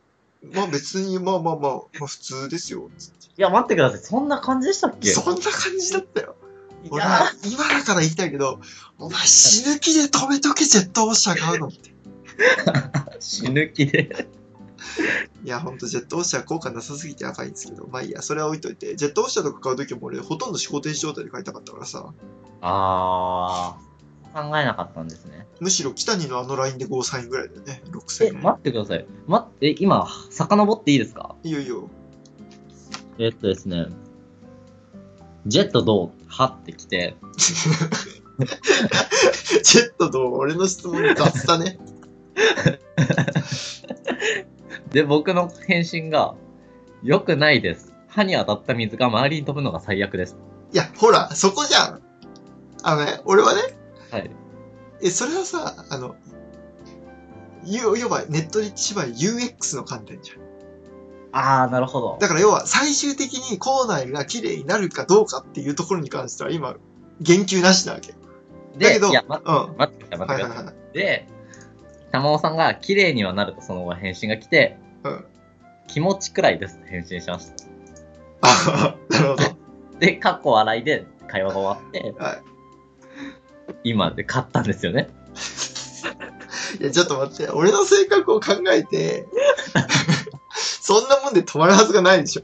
Speaker 1: まあ別にまあまあまあ、まあ、普通ですよ」つっ
Speaker 2: いや、待ってください。そんな感じでしたってけ
Speaker 1: そんな感じだったよ
Speaker 2: い
Speaker 1: 俺
Speaker 2: や
Speaker 1: は今だから言いたいけどお前死ぬ気で止めとけジェットウォッシャー買うのって
Speaker 2: 死ぬ気で。
Speaker 1: いやほんとジェットウォッシャー効果なさすぎて赤いんですけどまあいいやそれは置いといてジェットウォッシャーとか買う時も俺ほとんど思考停止状態で買いたかったからさ
Speaker 2: あー、考えなかったんですね。
Speaker 1: むしろ北にのあのラインで5サインぐらいだよね6000
Speaker 2: え、
Speaker 1: 円、
Speaker 2: 待ってください。待って、え今、遡っていいですか
Speaker 1: いいよいいよ
Speaker 2: えっとですね。ジェットどうはってきて。
Speaker 1: ジェットと俺の質問雑だね。
Speaker 2: で、僕の返信が、良くないです。歯に当たった水が周りに飛ぶのが最悪です。
Speaker 1: いや、ほら、そこじゃん。あのね、俺はね、
Speaker 2: はい。
Speaker 1: え、それはさ、あの、ゆ要はネットで一番 UX の観点じゃん。
Speaker 2: あー、なるほど。
Speaker 1: だから要は最終的に校内が綺麗になるかどうかっていうところに関しては今、言及なしなわけ。だけど
Speaker 2: で、いや、待
Speaker 1: うん。は
Speaker 2: 待ってください、待
Speaker 1: いは
Speaker 2: っ
Speaker 1: い
Speaker 2: てください。
Speaker 1: はい。
Speaker 2: で、玉尾さんが、綺麗にはなるとその後返信が来て、
Speaker 1: うん
Speaker 2: 気持ちくらいですって返信しました。
Speaker 1: あ なるほど。
Speaker 2: で、かっこ笑いで会話が終わって、
Speaker 1: は
Speaker 2: 今で勝ったんですよね。
Speaker 1: いや、ちょっと待って、俺の性格を考えて、 そんなもんで止まるはずがないでしょ。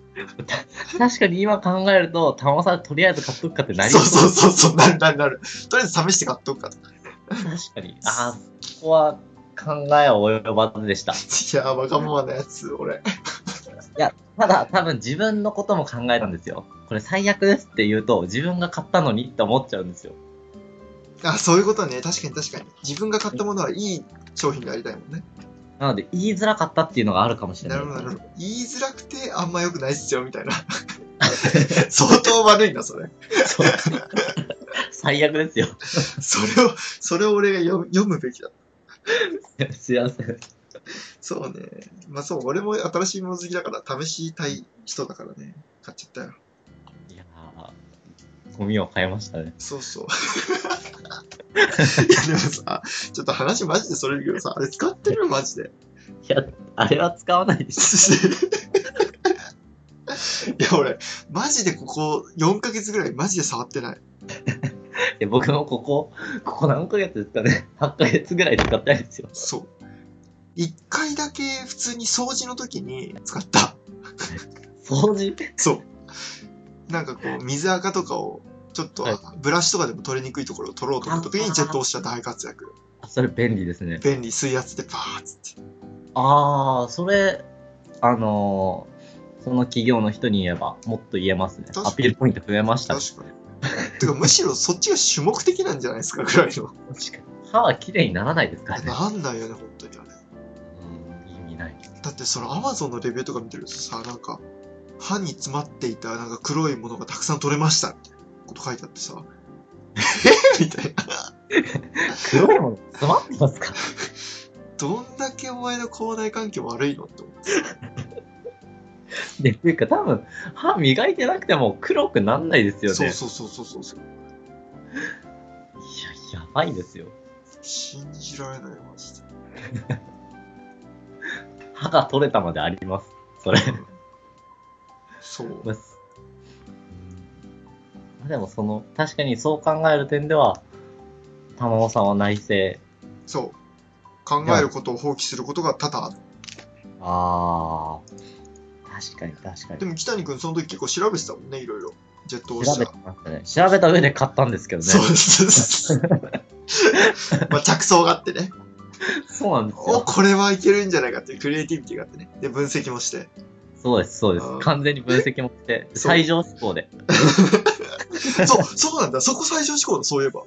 Speaker 2: 確かに今考えると、玉尾さんとりあえず買っとくかってなり
Speaker 1: そう
Speaker 2: う。
Speaker 1: そうそうそう、なるなるなる。とりあえず試して買っとくかと。
Speaker 2: 確かに。ああ、そこは考えを及ばずでした。い
Speaker 1: いやー、わがままなやつ、俺。
Speaker 2: や、ただ多分自分のことも考えたんですよ。これ最悪ですって言うと、自分が買ったのにって思っちゃうんですよ。
Speaker 1: あ、そういうことね。確かに確かに。自分が買ったものはいい商品でありたいもんね。
Speaker 2: なので、言いづらかったっていうのがあるかもしれな。
Speaker 1: ないるほど、なるほど。言いづらくて、あんま良くないっすよ、み たいな。相当悪いな、それ。
Speaker 2: そう最悪ですよ。
Speaker 1: それを、それを俺が読読むべきだ。
Speaker 2: すいません。
Speaker 1: そうね。まあそう、俺も新しいもの好きだから、試したい人だからね。買っちゃったよ。
Speaker 2: いやーゴミを変えましたね。
Speaker 1: そう そう。いや、でもさ、ちょっと話マジでそれるけどさ、あれ使ってるマジ で。
Speaker 2: いや、あれは使わないでしょ。
Speaker 1: いや、俺、マジでここ4ヶ月ぐらいマジで触ってない。
Speaker 2: いや僕もここ、ここ何ヶ月ですかね。8ヶ月ぐらい使ってないですよ。
Speaker 1: そう。1回だけ普通に掃除の時に使った。
Speaker 2: 掃除
Speaker 1: そう。なんかこう、水垢とかを、ちょっと
Speaker 2: はい
Speaker 1: ブラシとかでも取りにくいところを取ろうと思った時にジェットウォッシャー大活躍。
Speaker 2: あそれ便利ですね。
Speaker 1: 便利、水圧でパーッつって。
Speaker 2: ああ、それ、あのーその企業の人に言えば、もっと言えますね。
Speaker 1: 確かに
Speaker 2: アピールポイント増えました。
Speaker 1: 確かに。てか、むしろそっちが主目的なんじゃないですか、ぐらいの。
Speaker 2: 確かに歯は綺麗にならないですからね。
Speaker 1: なんだよね、本当にあれ。
Speaker 2: うん、意味ない。
Speaker 1: だってそのアマゾンのレビューとか見てるとさなんか歯に詰まっていたなんか黒いものがたくさん取れましたみたいなこと書いてあってさえみたいな
Speaker 2: 黒いもの詰まってますか
Speaker 1: どんだけお前の口内環境悪いのって思って
Speaker 2: で、っていうか多分、歯磨いてなくても黒くなんないですよね。
Speaker 1: そうそうそうそうそうそう
Speaker 2: いや、やばいですよ。
Speaker 1: 信じられないマジで
Speaker 2: 歯が取れたまであります。それ。
Speaker 1: そう
Speaker 2: まあすまあでもその、確かにそう考える点では、玉尾さんは内政。
Speaker 1: そう。考えることを放棄することが多々ある。
Speaker 2: ああ。確かに確かに。
Speaker 1: でも北谷君その時結構調べてたもんね、いろいろ。ジェットオーシ
Speaker 2: 調べ
Speaker 1: ャ
Speaker 2: てましたね。調べた上で買ったんですけどね。
Speaker 1: そうです。 まあ着想があってね。
Speaker 2: そうなんです
Speaker 1: お、
Speaker 2: よ。
Speaker 1: これはいけるんじゃないかっていうクリエイティビティがあってね。で、分析も して。
Speaker 2: そうです、そうで
Speaker 1: あ
Speaker 2: す
Speaker 1: ー。
Speaker 2: 完全に分析もして、
Speaker 1: そう
Speaker 2: 最上志向で。
Speaker 1: そう、そうなんだ。そこ最初志向だ、そういえば。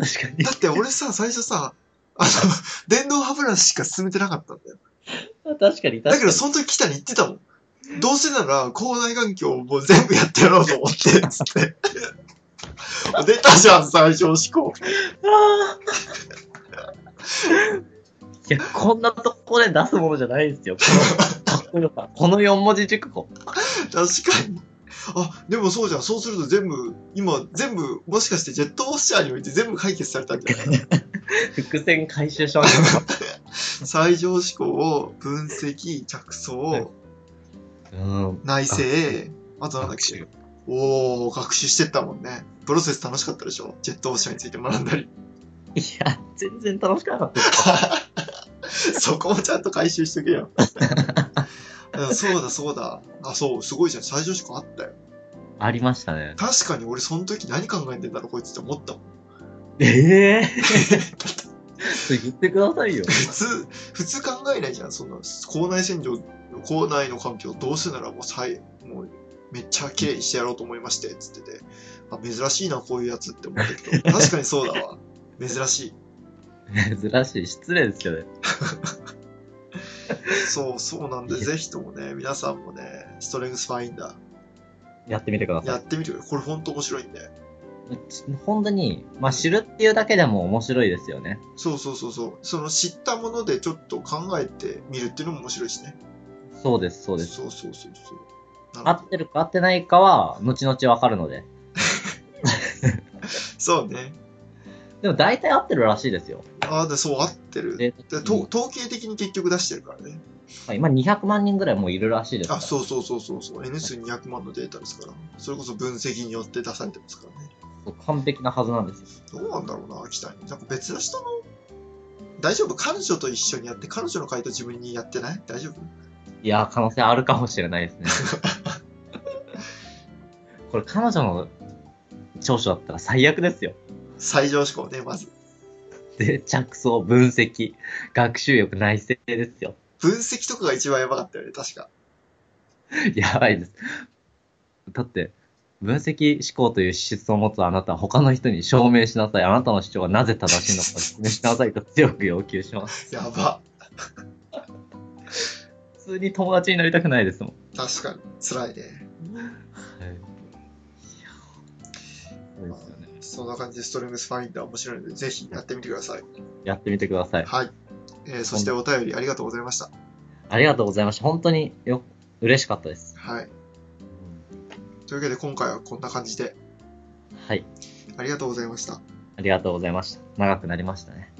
Speaker 2: 確かに
Speaker 1: だ。って俺さ、最初さ、あの、電動歯ブラシしか進めてなかったんだよ。
Speaker 2: 確かに、
Speaker 1: だ
Speaker 2: 確かに
Speaker 1: け。ど、その時北に言ってたもん。どうせなら、校内環境をもう全部やってやろうと思って、つって。出たじゃん、最初志向。
Speaker 2: あーいや、こんなとこで出すものじゃないですよ。この かっこよさ。この4文字熟語。
Speaker 1: 確かに。あ、でもそうじゃん。そうすると全部、今、全部、もしかしてジェットウォッシャーにおいて全部解決されたんじゃない
Speaker 2: 伏線回収しました。
Speaker 1: 最上志向を分析、着想、
Speaker 2: うん。
Speaker 1: 内政、あとなんだっけ。おー、学習してったもんね。プロセス楽しかったでしょジェットウォッシャーについて学んだり。
Speaker 2: いや、全然楽しくなかったです。
Speaker 1: そこもちゃんと回収しとけよ。うんそうだそうだ。あ、そう、すごいじゃん。最上志向あったよ。
Speaker 2: ありましたね。
Speaker 1: 確かに俺その時何考えてんだろう、こいつって思ったもん。
Speaker 2: ええ ー、言ってくださいよ。
Speaker 1: 普通、普通考えないじゃん。そんな、校内洗浄、校内の環境どうせならもう最、もう、めっちゃ綺麗にしてやろうと思いまして、つってて。あ、珍しいな、こういうやつって思ったけど。確かにそうだわ。珍しい。
Speaker 2: 珍しい。失礼ですよね。
Speaker 1: そう、そうなんで、ぜひともね、皆さんもね、ストレングスファインダ
Speaker 2: やってみてくだ
Speaker 1: ー、
Speaker 2: さ
Speaker 1: やってみてくれ。これほんと面白いんで。
Speaker 2: い。ち本当に、まあ、知るっていうだけでも面白いですよね。
Speaker 1: そうそうそうそう。その知ったものでちょっと考えてみるっていうのも面白いしね。
Speaker 2: そうです、そうです。
Speaker 1: そうそうそうそう。
Speaker 2: 合
Speaker 1: なるほ
Speaker 2: っ
Speaker 1: ど
Speaker 2: てるか合ってないかは、後々わかるので。
Speaker 1: そうね。
Speaker 2: でも大体合ってるらしいですよ。
Speaker 1: ああ、で、そう、合ってる。で
Speaker 2: で
Speaker 1: と統計的に結局出してるからね。
Speaker 2: 今200万人ぐらいもういるらしいですから
Speaker 1: あ、そうそうそうそうそう。N 数200万のデータですから。それこそ分析によって出されてますからね。
Speaker 2: そう完璧なはずなんですよ。
Speaker 1: どうなんだろうな、北に。なんか別の人の。大丈夫彼女と一緒にやって、彼女の回答自分にやってない大丈夫
Speaker 2: いやー、可能性あるかもしれないですね。 これ彼女の長所だったら最悪ですよ。
Speaker 1: 最上志向ね、まず。
Speaker 2: で、着想、分析、学習力、内政ですよ。
Speaker 1: 分析とかが一番やばかったよね、確か。
Speaker 2: やばいです。だって、分析思考という資質を持つあなたは他の人に証明しなさい。あなたの主張がなぜ正しいのか説明しなさいと強く要求します。
Speaker 1: やば。
Speaker 2: 普通に友達になりたくないですもん。
Speaker 1: 確かに。辛いね。
Speaker 2: はい。いやそうですよね。
Speaker 1: そんな感じでストレングスファインダー面白いので、ぜひやってみてください。
Speaker 2: やってみてください。
Speaker 1: はい。えーそしてお便りありがとうございました。
Speaker 2: ありがとうございました。本当によ、嬉しかったです。
Speaker 1: はい。というわけで今回はこんな感じで、
Speaker 2: はい。
Speaker 1: ありがとうございました。
Speaker 2: ありがとうございました。長くなりましたね。